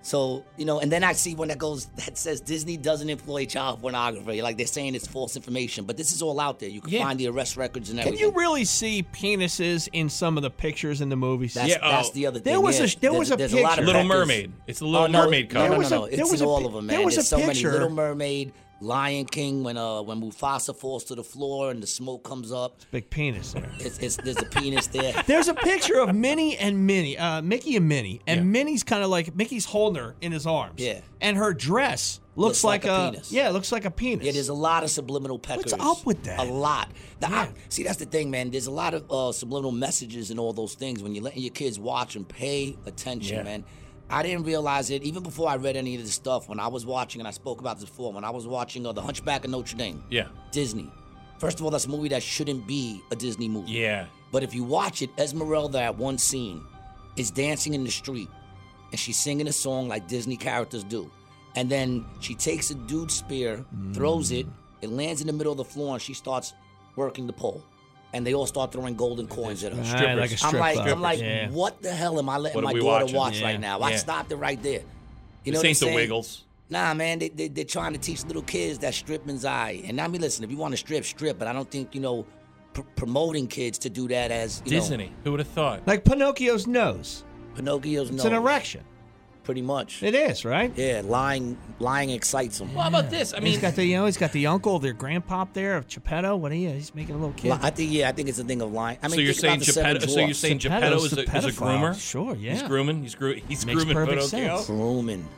So, you know, and then I see one that goes that says Disney doesn't employ child pornography. Like they're saying it's false information. But this is all out there. You can find the arrest records and
Can
everything.
you really see penises in some of the pictures in the movies?
That's- Yeah, that's oh. the other
There
thing,
was
yeah.
a there
There's-
was a
there's
picture.
a lot of Little actors- Mermaid.
It's the Little
Oh, no,
Mermaid cover.
no, No,
There
no,
was a-
no.
there
It's
was
in
a
all
pi-
of them, man.
there was
There's
a
so
picture-
many Little Mermaid, Lion King, when uh when Mufasa falls to the floor and the smoke comes up.
Big penis there.
It's, it's there's a penis there.
There's a picture of Minnie and Minnie, uh, Mickey and Minnie, and Minnie's kind of like Mickey's holding her in his arms.
Yeah.
and her dress looks, like, a,
penis.
yeah, looks like a penis.
Yeah, there's a lot of subliminal peckers.
up with that?
A lot. The- I- see, that's the thing, man. There's a lot of uh, subliminal messages and all those things when you're letting your kids watch and pay attention,
Yeah.
man. I didn't realize it even before I read any of this stuff. When I was watching, and I spoke about this before, when I was watching uh, The Hunchback of Notre Dame,
Yeah.
Disney. First of all, that's a movie that shouldn't be a Disney movie.
Yeah.
But if you watch it, Esmeralda at one scene is dancing in the street and she's singing a song like Disney characters do. And then she takes a dude's spear, throws it, it lands in the middle of the floor, and she starts working the pole. And they all start throwing golden coins at her.
Right, Strippers. like a strip
I'm like,
club.
I'm like,
Yeah.
what the hell am I letting
What are
my
we
daughter
watching?
watch
Yeah,
right now? I
yeah.
stopped it right there.
This
You know what I'm
ain't the
saying?
Wiggles.
Nah, man, they, they, they're trying to teach little kids that stripping's eye. And I mean, listen, if you want to strip, strip, but I don't think, you know, pr- promoting kids to do that as, you know,
Disney. Who would have thought?
like Pinocchio's nose.
Pinocchio's
It's
nose.
an erection.
Pretty much.
It is right.
Yeah, lying lying excites them.
Well, how about this? I mean,
he's got the you know he's got the uncle, their grandpop there of Geppetto. What he is, he's making a little kid.
I think yeah, I think it's a thing of lying. I mean,
so you're
think
saying
about
Geppetto?
the seven
So you're
dwarfs.
saying Geppetto
Geppetto's
is a,
a
is a
pedophile.
groomer?
Sure,
He's
yeah.
grooming. He's grooming. He's
Makes
grooming
perfect
Pinocchio.
sense.
grooming?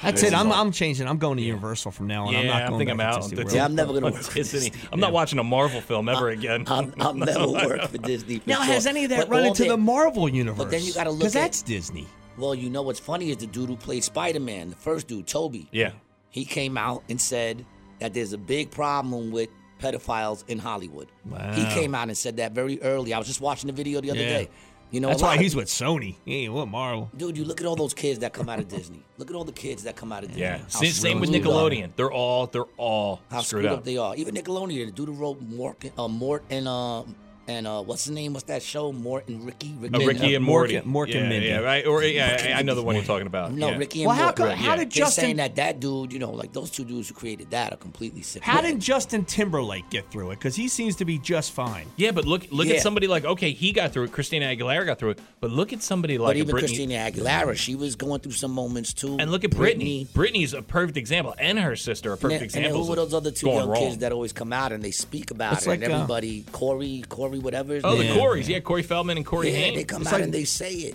That's it. I'm, I'm changing. I'm going to Universal from now on. I'm
Yeah,
not
I
going
think
back
I'm
to
out.
Disney
That's-
World.
Yeah, I'm never gonna
On
work for
Disney.
Disney.
I'm not watching a Marvel film ever again.
I'll, I'll never work for Disney. For
Now,
sure.
has any of that
But
run
all
into
their-
the Marvel universe?
you gotta look
because
at-
that's Disney.
Well, you know what's funny is the dude who played Spider Man, the first dude, Toby.
Yeah.
He came out and said that there's a big problem with pedophiles in Hollywood. He came out and said that very early. I was just watching the video the other
Yeah.
day. You know, a
That's why
lot of-
he's with Sony. He ain't with Marvel.
Dude, you look at all those kids that come out of Disney. Look at all the kids that come out of Disney.
Yeah.
How
Same, same with
screwed up-
Nickelodeon. They're all they're all
How
screwed,
screwed up
up.
they are. Even Nickelodeon, the dude who wrote Mort, uh, Mort and uh, and uh, what's his name? What's that show? Mort and Ricky.
Uh, Ricky and
Mork-
Morty.
Mork and
yeah,
Mindy.
Yeah, right. Or yeah, I- I know the one you're talking about.
No,
yeah.
Ricky and
Well, how
Mort.
co- how
yeah.
did
They're
Justin?
saying that that dude, you know, like those two dudes who created that are completely sick.
How did Justin Timberlake get through it? Because he seems to be just fine.
Yeah, but look look
Yeah.
at somebody like okay, he got through it. Christina Aguilera got through it. But look at somebody
But
like a
even
Britney.
Christina Aguilera, she was going through some moments too.
and look at Britney. Britney's a perfect example, and her sister are
And
perfect
then, and then
examples.
who were
of
those other two
going
young
wrong.
kids that always come out and they speak about
It's
it?
like,
and
uh,
everybody, Corey, Corey, whatever. his
Oh,
name
the
is.
Corys. Yeah, Corey Feldman and Corey
Yeah,
Haim.
they come
It's
out
like-
and they say it.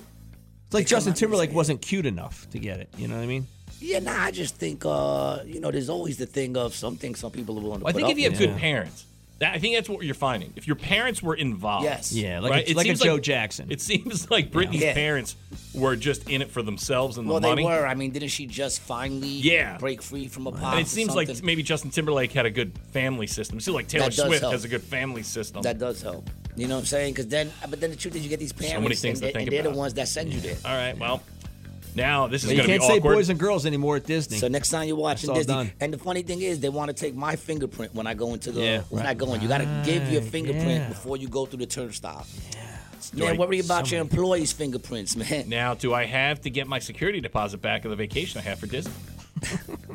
It's like Justin
out and
Timberlake wasn't cute enough to get it. You know what I mean?
Yeah, nah, I just think uh, you know, there's always the thing of something some people are willing to
Well, I
put
think
up
if you have
with.
good parents, that, I think that's what you're finding. If your parents were involved,
Yes.
Yeah, like a-
right? It
like a
seems
Joe Jackson.
It seems like Britney's
Yeah.
parents were just in it for themselves and
well,
the money.
they were. I mean, didn't she just finally
Yeah.
break free from a pop?
And
or
it seems like
something?
maybe Justin Timberlake had a good family system. It seems like Taylor
That does
Swift
help.
has a good family system.
that does help. You know what I'm saying? Because then, but then the truth is, you get these parents,
many things
and,
to
they-
think
and they're the
about.
ones that send you there.
All right, well, now this is
you
going to be
can't say
awkward.
boys and girls anymore at Disney.
So next time you're watching
That's all
Disney,
done.
and the funny thing is, they want to take my fingerprint when I go into the
Yeah.
when I go in. You got to give your
Right,
fingerprint
yeah.
before you go through the turnstile.
Do I-
Man, worry about your employees' fingerprints, man.
Now, do I have to get my security deposit back of the vacation I have for Disney?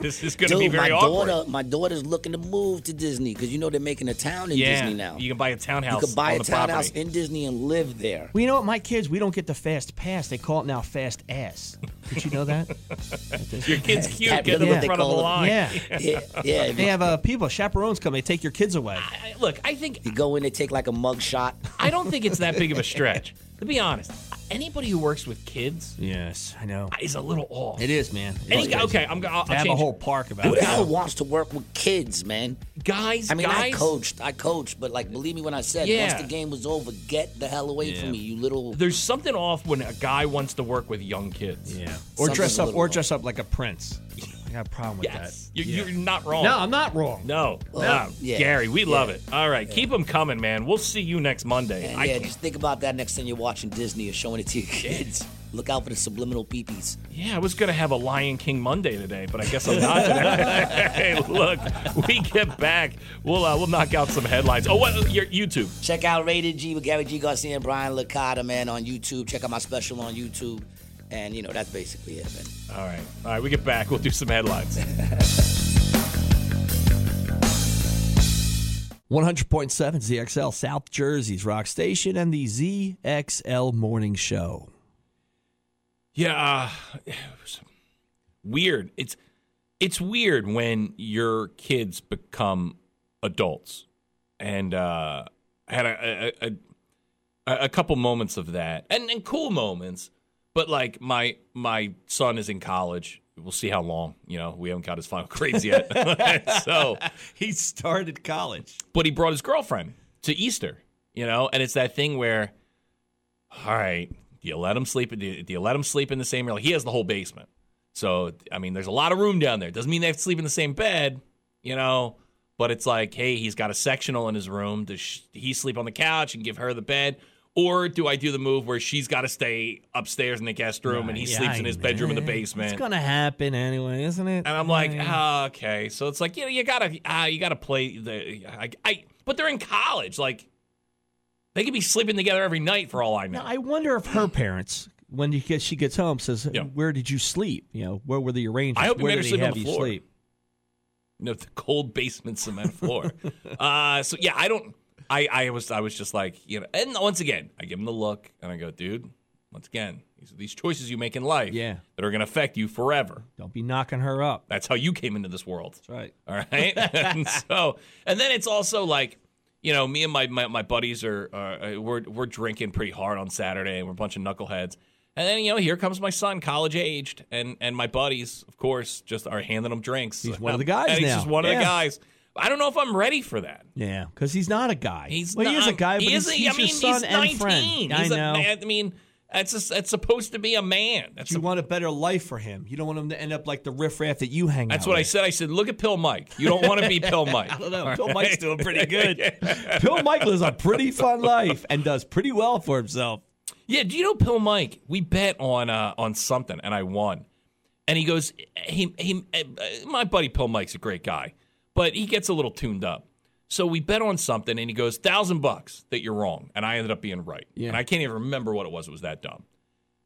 This is going to be very
my
awkward.
daughter, my daughter's looking to move to Disney because you know they're making a town in
yeah,
Disney now.
you can buy a townhouse.
You could buy
on the
a townhouse
property.
in Disney and live there.
Well, you know what? My kids, we don't get the fast pass. They call it now fast ass. Did you know that?
Your kid's cute.
That
Get them
really
in
they
front of the
call it.
line.
Yeah. They have uh, people, chaperones come. They take your kids away.
Look, I think
You go in, they take like a mug shot.
I don't think it's that big of a stretch. To be honest, anybody who works with kids
Yes, I know.
is a little off.
It is, man. It
Any
is
guy-
crazy.
okay, I'm gonna- I'll-
To
I'll
have a
change
whole
it.
park about
Who
it.
the hell wants to work with kids, man?
Guys,
I mean,
guys.
I coached. I coached, but like, believe me when I said,
Yeah.
once the game was over, get the hell away
Yeah.
from me, you little.
There's something off when a guy wants to work with young kids.
Yeah. Or dress up, or dress up like a prince. I got a problem with
Yes.
that.
You're, you're not wrong.
No, I'm not wrong.
No. no.
Well, yeah,
Gary, we
yeah,
love it. All right. Keep them coming, man. We'll see you next Monday.
And
I
yeah,
can't-
just think about that next time you're watching Disney or showing it to your kids. Look out for the subliminal peepees.
Yeah, I was going to have a Lion King Monday today, but I guess I'm not today. hey, look, we get back. We'll uh, we'll knock out some headlines. Oh, what? Your YouTube.
Check out Rated G with Gary G Garcia and Brian Licata, man, on YouTube. Check out my special on YouTube. And, you know, that's basically it, man.
All right. All right, we get back. We'll do some headlines.
100.7 ZXL, South Jersey's rock station, and the ZXL Morning Show.
Yeah, uh, it was weird. It's it's weird when your kids become adults, and uh, I had a a, a a couple moments of that, and and cool moments. But like my my son is in college. We'll see how long. You know, we haven't got his final grades yet. so
He started college.
but he brought his girlfriend to Easter, you know, and it's that thing where, all right, do you let him sleep? Do you, do you let him sleep in the same room? Like, he has the whole basement, so I mean, there's a lot of room down there. Doesn't mean they have to sleep in the same bed, you know. But it's like, hey, he's got a sectional in his room. Does sh he sleep on the couch and give her the bed? Or do I do the move where she's got to stay upstairs in the guest room and he
Yeah,
sleeps
I
in his
know.
bedroom in the basement?
It's going to happen anyway, isn't it?
And I'm like, ah, okay. So it's like, you know, you gotta, ah, you gotta play the, I, I, but they're in college. Like, they could be sleeping together every night for all I know.
Now, I wonder if her parents, when you get, she gets home, says,
Yeah.
"Where did you sleep? You know, where were the arrangements?
I hope you
where
made her
did they
sleep on
have
the
you
floor."
sleep?"
no, the cold basement cement floor. uh, so yeah, I don't. I, I was I was just like you know, and once again, I give him the look and I go, dude. Once again, these are these choices you make in life,
Yeah.
that are gonna affect you forever.
Don't be knocking her up.
That's how you came into this world.
That's right.
All right. and so, and then it's also like, you know, me and my my, my buddies are, are uh, we're we're drinking pretty hard on Saturday, and we're a bunch of knuckleheads. And then you know, here comes my son, college aged, and and my buddies, of course, just are handing him drinks.
He's one of the guys
And he's
now.
just one of
Yeah.
the guys. I don't know if I'm ready for that.
Yeah, because he's not a guy.
He's
well, he is a
not-
guy, but
he
he's,
isn't-
he's
I mean,
your son
he's
and
19.
friend.
He's
I know.
A, man- I mean, that's just, that's supposed to be a man. That's
you
a-
want a better life for him. You don't want him to end up like the riffraff that you hang
that's
out
what I
with.
said. I said, look at Pill Mike. You don't want to be Pill Mike.
I don't know. Bill Mike's doing pretty good. Bill Mike lives a pretty fun life and does pretty well for himself.
Yeah, do you know Pill Mike? We bet on uh, on something, and I won. And he goes, he he, uh, my buddy Pill Mike's a great guy, but he gets a little tuned up. So we bet on something, and he goes, thousand bucks that you're wrong, and I ended up being right.
Yeah.
And I can't even remember what it was. It was that dumb.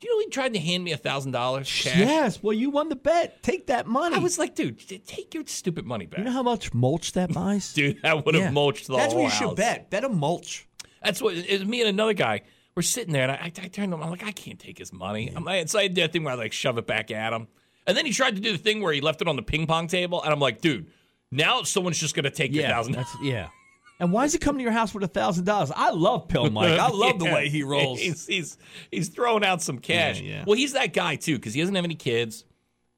Do you know he tried to hand me a thousand dollars cash?
Yes. Well, you won the bet. Take that money.
I was like, dude, t- take your stupid money back.
you know how much mulch that buys?
Dude, that would have
Yeah.
mulched the
That's
whole
what you should
house.
bet. Bet a mulch.
That's what it was me and another guy were sitting there, and I, I, I turned to him. I'm like, I can't take his money. I'm like, so I did that thing where I like shove it back at him, and then he tried to do the thing where he left it on the ping pong table, and I'm like, dude, now someone's just gonna take your thousand.
that's- yeah. And why does he come to your house with a thousand dollars? I love Pill Mike. I love the
Uh, Yeah.
way he rolls.
He's he's, he's throwing out some cash.
Yeah, yeah.
Well, he's that guy too because he doesn't have any kids.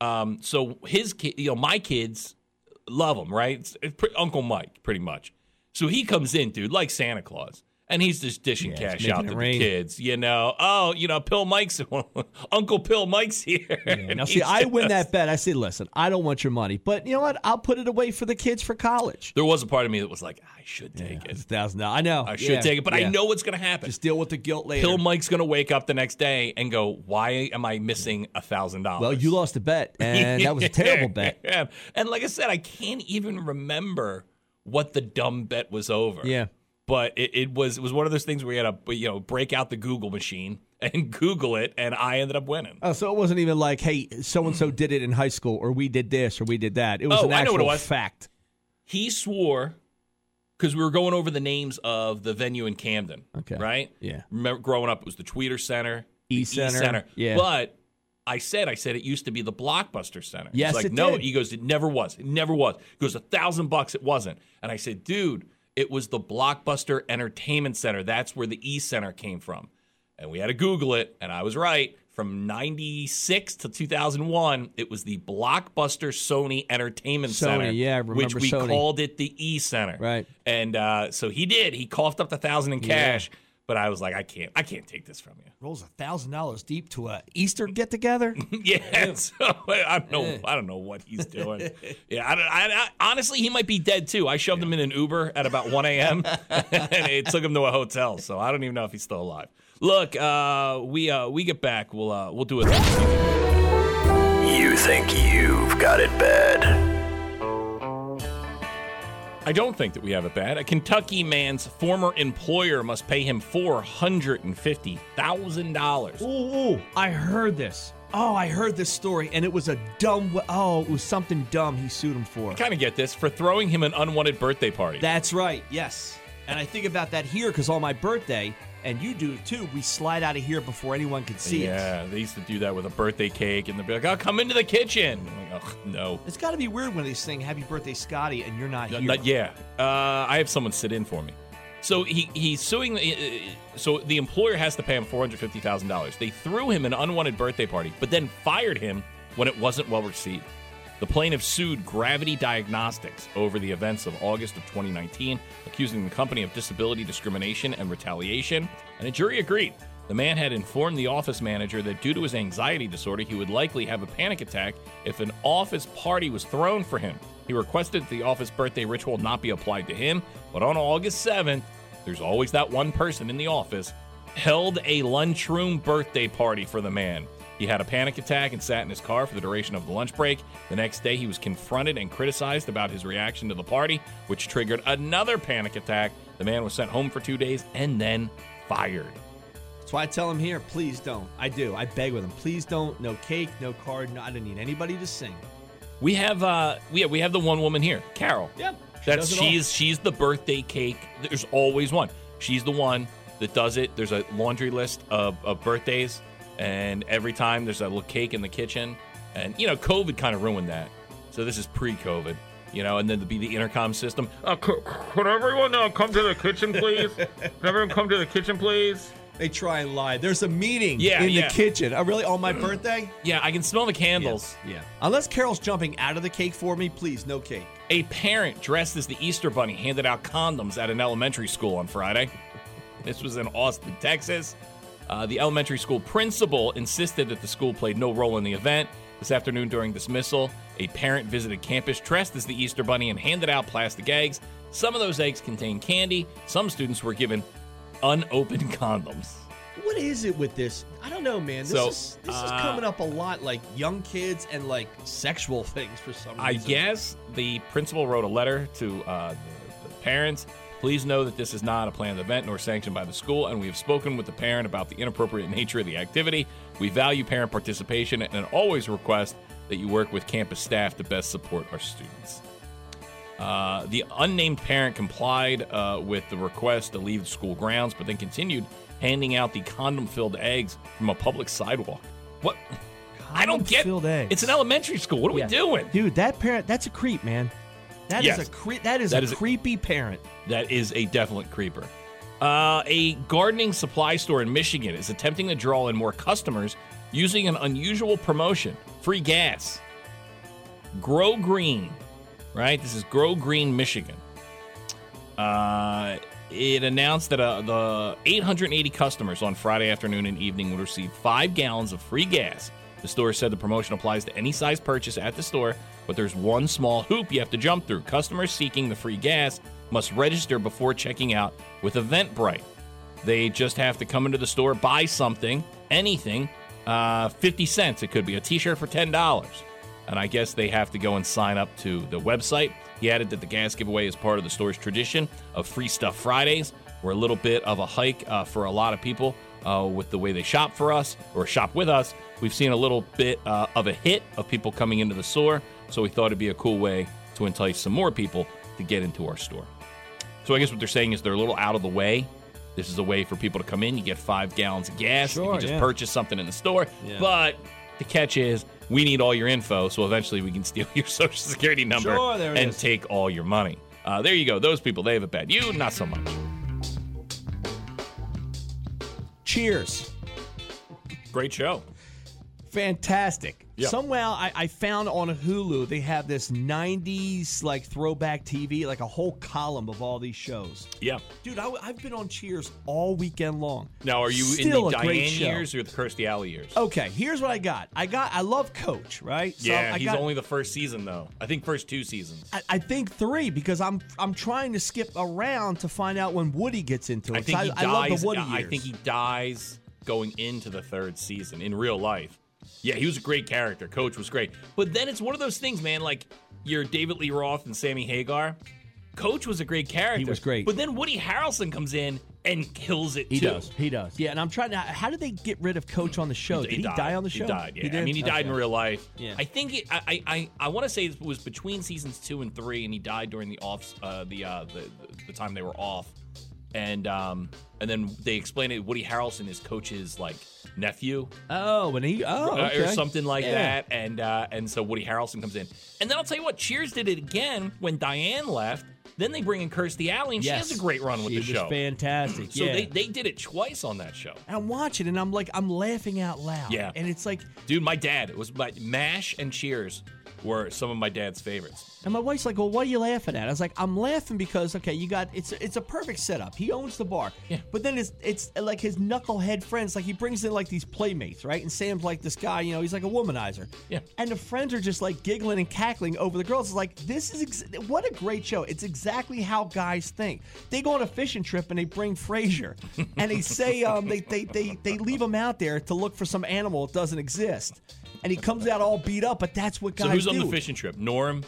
Um, so his kid, you know, my kids love him, right? It's, it's pre- Uncle Mike, pretty much. So he comes in, dude, like Santa Claus, and he's just dishing
Yeah, he's
cash
making
out
it
to
rain.
the kids. You know, oh, you know, Pill Mike's Uncle Pill Mike's here.
Yeah,
And
Now,
he's
see, I win
just-
that bet. I say, listen, I don't want your money, but you know what? I'll put it away for the kids for college.
There was a part of me that was like, I should take
It's
it.
a thousand dollars. I know.
I should
Yeah,
take it, but
yeah.
I know what's going to happen.
Just deal with the guilt later.
Pill Mike's gonna wake up the next day and go, "Why am I missing a thousand dollars?"
well, you lost the bet, and that was a terrible bet.
Yeah. And like I said, I can't even remember what the dumb bet was over.
Yeah.
But it, it was it was one of those things where you had to you know break out the Google machine and Google it, and I ended up winning.
Oh, so it wasn't even like, hey, so and so did it in high school, or we did this, or we did that. It was
Mm. Oh,
an
I know
actual
what it was.
fact.
He swore because we were going over the names of the venue in Camden.
Okay.
Right?
Yeah.
Remember growing up, it was the Tweeter Center,
E
the
Center, yeah.
But I said, I said it used to be the Blockbuster Center.
Yes,
He's like,
it
no,
did.
he goes, it never was. It never was. He goes, a thousand bucks, it wasn't. And I said, dude, it was the Blockbuster Entertainment Center. That's where the E Center came from. And we had to Google it, and I was right. From 96 to 2001, it was the Blockbuster Sony Entertainment
Sony,
Center.
yeah, I
Which
remember
we
Sony.
called it the E Center.
Right.
And uh, so he did. He coughed up the thousand in cash, but I was like, I can't, I can't take this from you.
Rolls a thousand dollars deep to a Easter get together.
yeah, so I don't know, I don't know what he's doing. yeah, I, don't, I, I honestly, he might be dead too. I shoved him in an Uber at about 1 a.m. and it took him to a hotel, so I don't even know if he's still alive. Look, uh, we uh, we get back, we'll uh, we'll do it.
You think you've got it bad.
I don't think that we have it bad. A Kentucky man's former employer must pay him four hundred and fifty thousand dollars.
Ooh, ooh, I heard this. Oh, I heard this story, and it was a dumb. w- Oh, it was something dumb he sued him for.
kind of get this for throwing him an unwanted birthday party.
That's right, yes. And I think about that here because on my birthday, and you do too, we slide out of here before anyone can see us.
yeah, they used to do that with a birthday cake, and they'd be like, "Oh, come into the kitchen." I'm like, Ugh, no,
It's got to be weird when they sing "Happy Birthday, Scotty" and you're not
Not-
here.
not- yeah. Uh, I have someone sit in for me. So he he's suing. The, uh, so the employer has to pay him four hundred fifty thousand dollars. They threw him an unwanted birthday party, but then fired him when it wasn't well received. The plaintiff sued Gravity Diagnostics over the events of August of 2019, accusing the company of disability discrimination and retaliation. And a jury agreed. The man had informed the office manager that due to his anxiety disorder, he would likely have a panic attack if an office party was thrown for him. He requested that the office birthday ritual not be applied to him, but on August 7th, there's always that one person in the office held a lunchroom birthday party for the man. He had a panic attack and sat in his car for the duration of the lunch break. The next day, he was confronted and criticized about his reaction to the party, which triggered another panic attack. The man was sent home for two days and then fired.
That's why I tell them here, please don't. I do. I beg with them, please don't. No cake, no card. No, I don't need anybody to sing.
We have uh, we have, we have the one woman here, Carol.
Yep.
That's
does it all.
she's she's the birthday cake. There's always one. She's the one that does it. There's a laundry list of, of birthdays, and every time there's a little cake in the kitchen. And you know, COVID kind of ruined that. So this is pre-COVID, you know. And then to be the intercom system. Uh, could, could everyone uh, come to the kitchen, please? Could everyone come to the kitchen, please?
They try and lie. There's a meeting
Yeah,
in
yeah.
the kitchen. Oh, really? On my birthday?
Yeah, I can smell the candles.
Yeah. Unless Carol's jumping out of the cake for me, please, no cake.
A parent dressed as the Easter Bunny handed out condoms at an elementary school on Friday. This was in Austin, Texas. Uh, the elementary school principal insisted that the school played no role in the event. This afternoon, during dismissal, a parent visited campus dressed as the Easter Bunny and handed out plastic eggs. Some of those eggs contained candy. Some students were given unopened condoms.
What is it with this? I don't know, man. This
So,
is this is
uh,
coming up a lot, like young kids and like sexual things for some reason.
I guess the principal wrote a letter to uh, the, the parents. Please know that this is not a planned event nor sanctioned by the school, and we have spoken with the parent about the inappropriate nature of the activity. We value parent participation and always request that you work with campus staff to best support our students. Uh, the unnamed parent complied uh, with the request to leave the school grounds, but then continued handing out the condom filled eggs from a public sidewalk. What? I don't get
Condom-filled eggs.
It's an elementary school. What are
Yeah.
we doing?
dude. That parent, that's a creep, man. That is
Yes.
a creep. That is
That
a
is a-
creepy parent.
That is a definite creeper. Uh, a gardening supply store in Michigan is attempting to draw in more customers using an unusual promotion free gas. Grow Green, right? This is Grow Green, Michigan. Uh, it announced that uh, the 880 customers on Friday afternoon and evening would receive five gallons of free gas. The store said the promotion applies to any size purchase at the store, but there's one small hoop you have to jump through. Customers seeking the free gas must register before checking out with Eventbrite. They just have to come into the store, buy something, anything, uh, 50 cents. It could be a t shirt for $10 and I guess they have to go and sign up to the website. He added that the gas giveaway is part of the store's tradition of Free Stuff Fridays. We're a little bit of a hike uh, for a lot of people, uh, with the way they shop for us or shop with us. We've seen a little bit uh, of a hit of people coming into the store, so we thought it'd be a cool way to entice some more people to get into our store. So I guess what they're saying is they're a little out of the way. This is a way for people to come in. You get five gallons of gas.
Sure,
you can just
yeah.
purchase something in the store.
Yeah.
But the catch is we need all your info, so eventually we can steal your social security number
Sure, there it
and
is.
take all your money. Uh, there you go. Those people, they have it bad. You, not so much.
Cheers.
Great show.
Fantastic.
Yeah.
Somehow I, I found on Hulu they have this '90s like throwback TV, like a whole column of all these shows.
Yeah.
Dude, I, have been on Cheers all weekend long.
Now, are you
Still
in
a
the
great
Diane
show.
years or the Kirstie Alley years?
Okay, here's what I got. I got. I love Coach, right? So
yeah,
I
he's
got,
only the first season though. I think first two seasons.
I, I think three because I'm I'm trying to skip around to find out when Woody gets into it.
I think
'cause
he
I, I love
dies.
the Woody
I
years.
think he dies going into the third season in real life. Yeah, he was a great character. Coach was great, but then it's one of those things, man. Like your David Lee Roth and Sammy Hagar. Coach was a great character. He was great, but then Woody Harrelson comes in and kills it.
He
too.
does. He does. Yeah, and I'm trying to. How did they get rid of Coach on the show? Oh, did he
died.
die on the show?
He died. Yeah,
did?
I mean, he died in
Okay.
real life.
Yeah.
I think it, I I I, I want to say it was between seasons two and three, and he died during the off uh, the, uh, the the time they were off, and um and then they explained it. Woody Harrelson is Coach's like nephew.
Oh, and he oh
Uh, or
okay.
something like
Yeah.
that. And uh, and so Woody Harrelson comes in, and then I'll tell you what, Cheers did it again when Diane left. Then they bring in Kirstie Alley, and
Yes.
she has a great run with
She
the
was
show.
fantastic.
So
yeah.
they, they did it twice on that show.
And I'm watching, and I'm like, I'm laughing out loud.
Yeah.
And it's like,
Dude, my dad it was my Mash and Cheers were some of my dad's favorites.
and my wife's like, well, what are you laughing at? I was like, I'm laughing because okay, you got it's it's a perfect setup. He owns the bar. Yeah. But then it's it's like his knucklehead friends. Like he brings in like these playmates, right? And Sam's like this guy, you know, he's like a womanizer. Yeah. And the friends are just like giggling and cackling over the girls. It's like this is ex- what a great show. It's exactly how guys think. They go on a fishing trip and they bring Frasier, and they say um they they they they leave him out there to look for some animal that doesn't exist, and he comes out all beat up. But that's what guys
so who's
do.
on the fishing trip? Norm,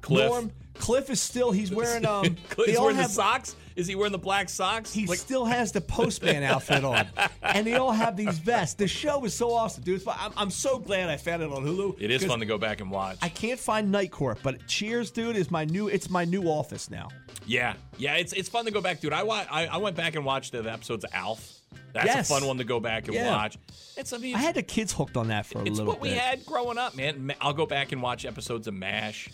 Cliff.
Norm, Cliff is still. He's wearing um.
Cliff,
they
he's
all
wearing
have-
the socks. Is he wearing the black socks?
He still has the postman outfit on, and they all have these vests. The show is so awesome, dude. It's- I'm, I'm so glad I found it on Hulu.
It is
'cause
fun to go back and watch.
I can't find Night Court, but Cheers, dude, is my new. It's my new office now.
Yeah, yeah, it's it's fun to go back, dude. I wa- I, I went back and watched the episodes of Alf. That's
Yes.
a fun one to go back and
Yeah.
watch. It's I mean,
I had the kids hooked on that for a
it's
little
what we
bit.
had growing up, man. Ma- I'll go back and watch episodes of Mash.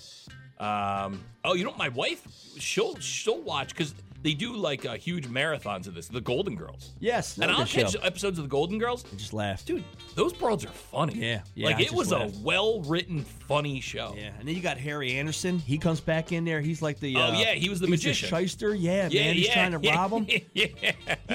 Um, oh, you know, what? my wife she'll she'll watch because they do like uh, huge marathons of this. The Golden Girls.
Yes,
and I'll
another good
catch
show.
episodes of the Golden Girls.
I just laughed, dude.
Those broads are funny.
Yeah, yeah.
like
I
it
just
was
laughed.
a well-written, funny show.
Yeah, and then you got Harry Anderson. He comes back in there. He's like the.
Oh,
uh,
yeah, he was the
he's
magician.
shyster. Yeah,
Yeah,
man. He's
yeah,
trying to
yeah,
rob him. He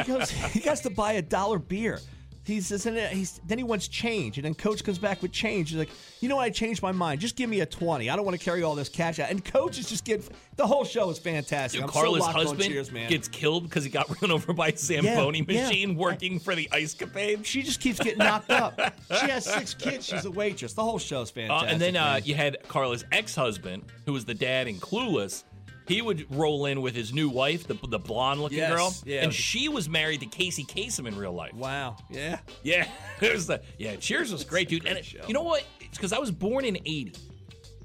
goes. He has to buy a dollar beer. He says, and he's, then he wants change, and then Coach comes back with change. He's like, you know what? I changed my mind. Just give me a twenty. I don't want to carry all this cash out. And Coach is just getting. The whole show is fantastic.
Dude,
I'm so
Carla's
locked on
husband
Cheers, man.
gets killed because he got run over by a Zamboni
Yeah, yeah.
machine working for the ice capade.
She just keeps getting knocked up. She has six kids. She's a waitress. The whole show's fantastic.
and then uh,
man.
you had Carla's ex-husband, who was the dad in Clueless. He would roll in with his new wife, the, the blonde-looking
Yes,
girl,
yeah.
and she was married to Casey Kasem in real life.
Wow. Yeah.
Yeah, there's the yeah. Cheers was great, dude. and it- you know what? It's because I was born in '80,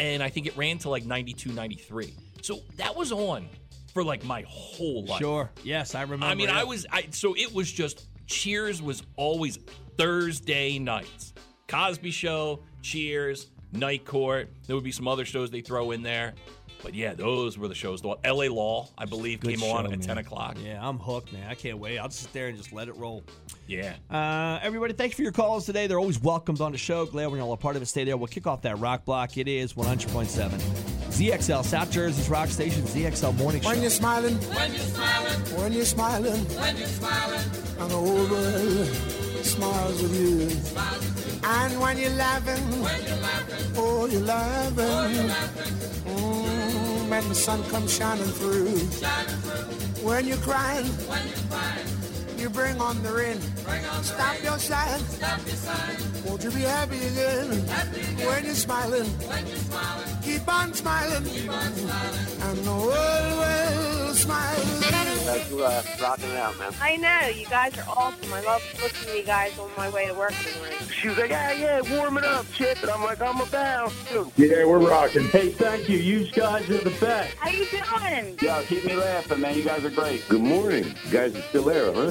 and I think it ran to like '92, '93. So that was on for like my whole life.
Sure. Yes, I remember.
I mean,
it.
I was I so it was just Cheers was always Thursday nights. Cosby Show, Cheers, Night Court. There would be some other shows they throw in there, but yeah, those were the shows. The L.A. Law, I believe,
Good
came
show,
on at
man.
ten o'clock.
Yeah, I'm hooked, man. I can't wait. I'll just sit there and just let it roll.
Yeah.
Uh, everybody, thank you for your calls today. They're always welcomed on the show. Glad we're all a part of it. Stay there. We'll kick off that rock block. It is 100.7 ZXL, South Jersey's rock station, ZXL Morning Show.
When you're smiling, when you're smiling, when you're smiling, when you're smiling, and the whole world smiles with you. And when you're laughing, when you're laughing, oh, you're laughing. Mm, when the sun comes shining through. When you're crying, when you're crying, you bring on the rain. Stop your sighing. Stop your sighing. Won't you be happy again? When you're smiling, when you're smiling, keep on smiling. Keep on smiling. And the world will
little smile.
You uh, rocking it out, man.
I know, you guys are awesome. I love listening to you guys on my way to work in the morning.
She was like, yeah, yeah, warm it up, Chip. And I'm like, I'm about to.
Yeah, we're rocking. Hey, thank you. You guys are the best.
How you doing?
Yo, keep me laughing, man. You guys are great.
Good morning. You guys are still there, huh?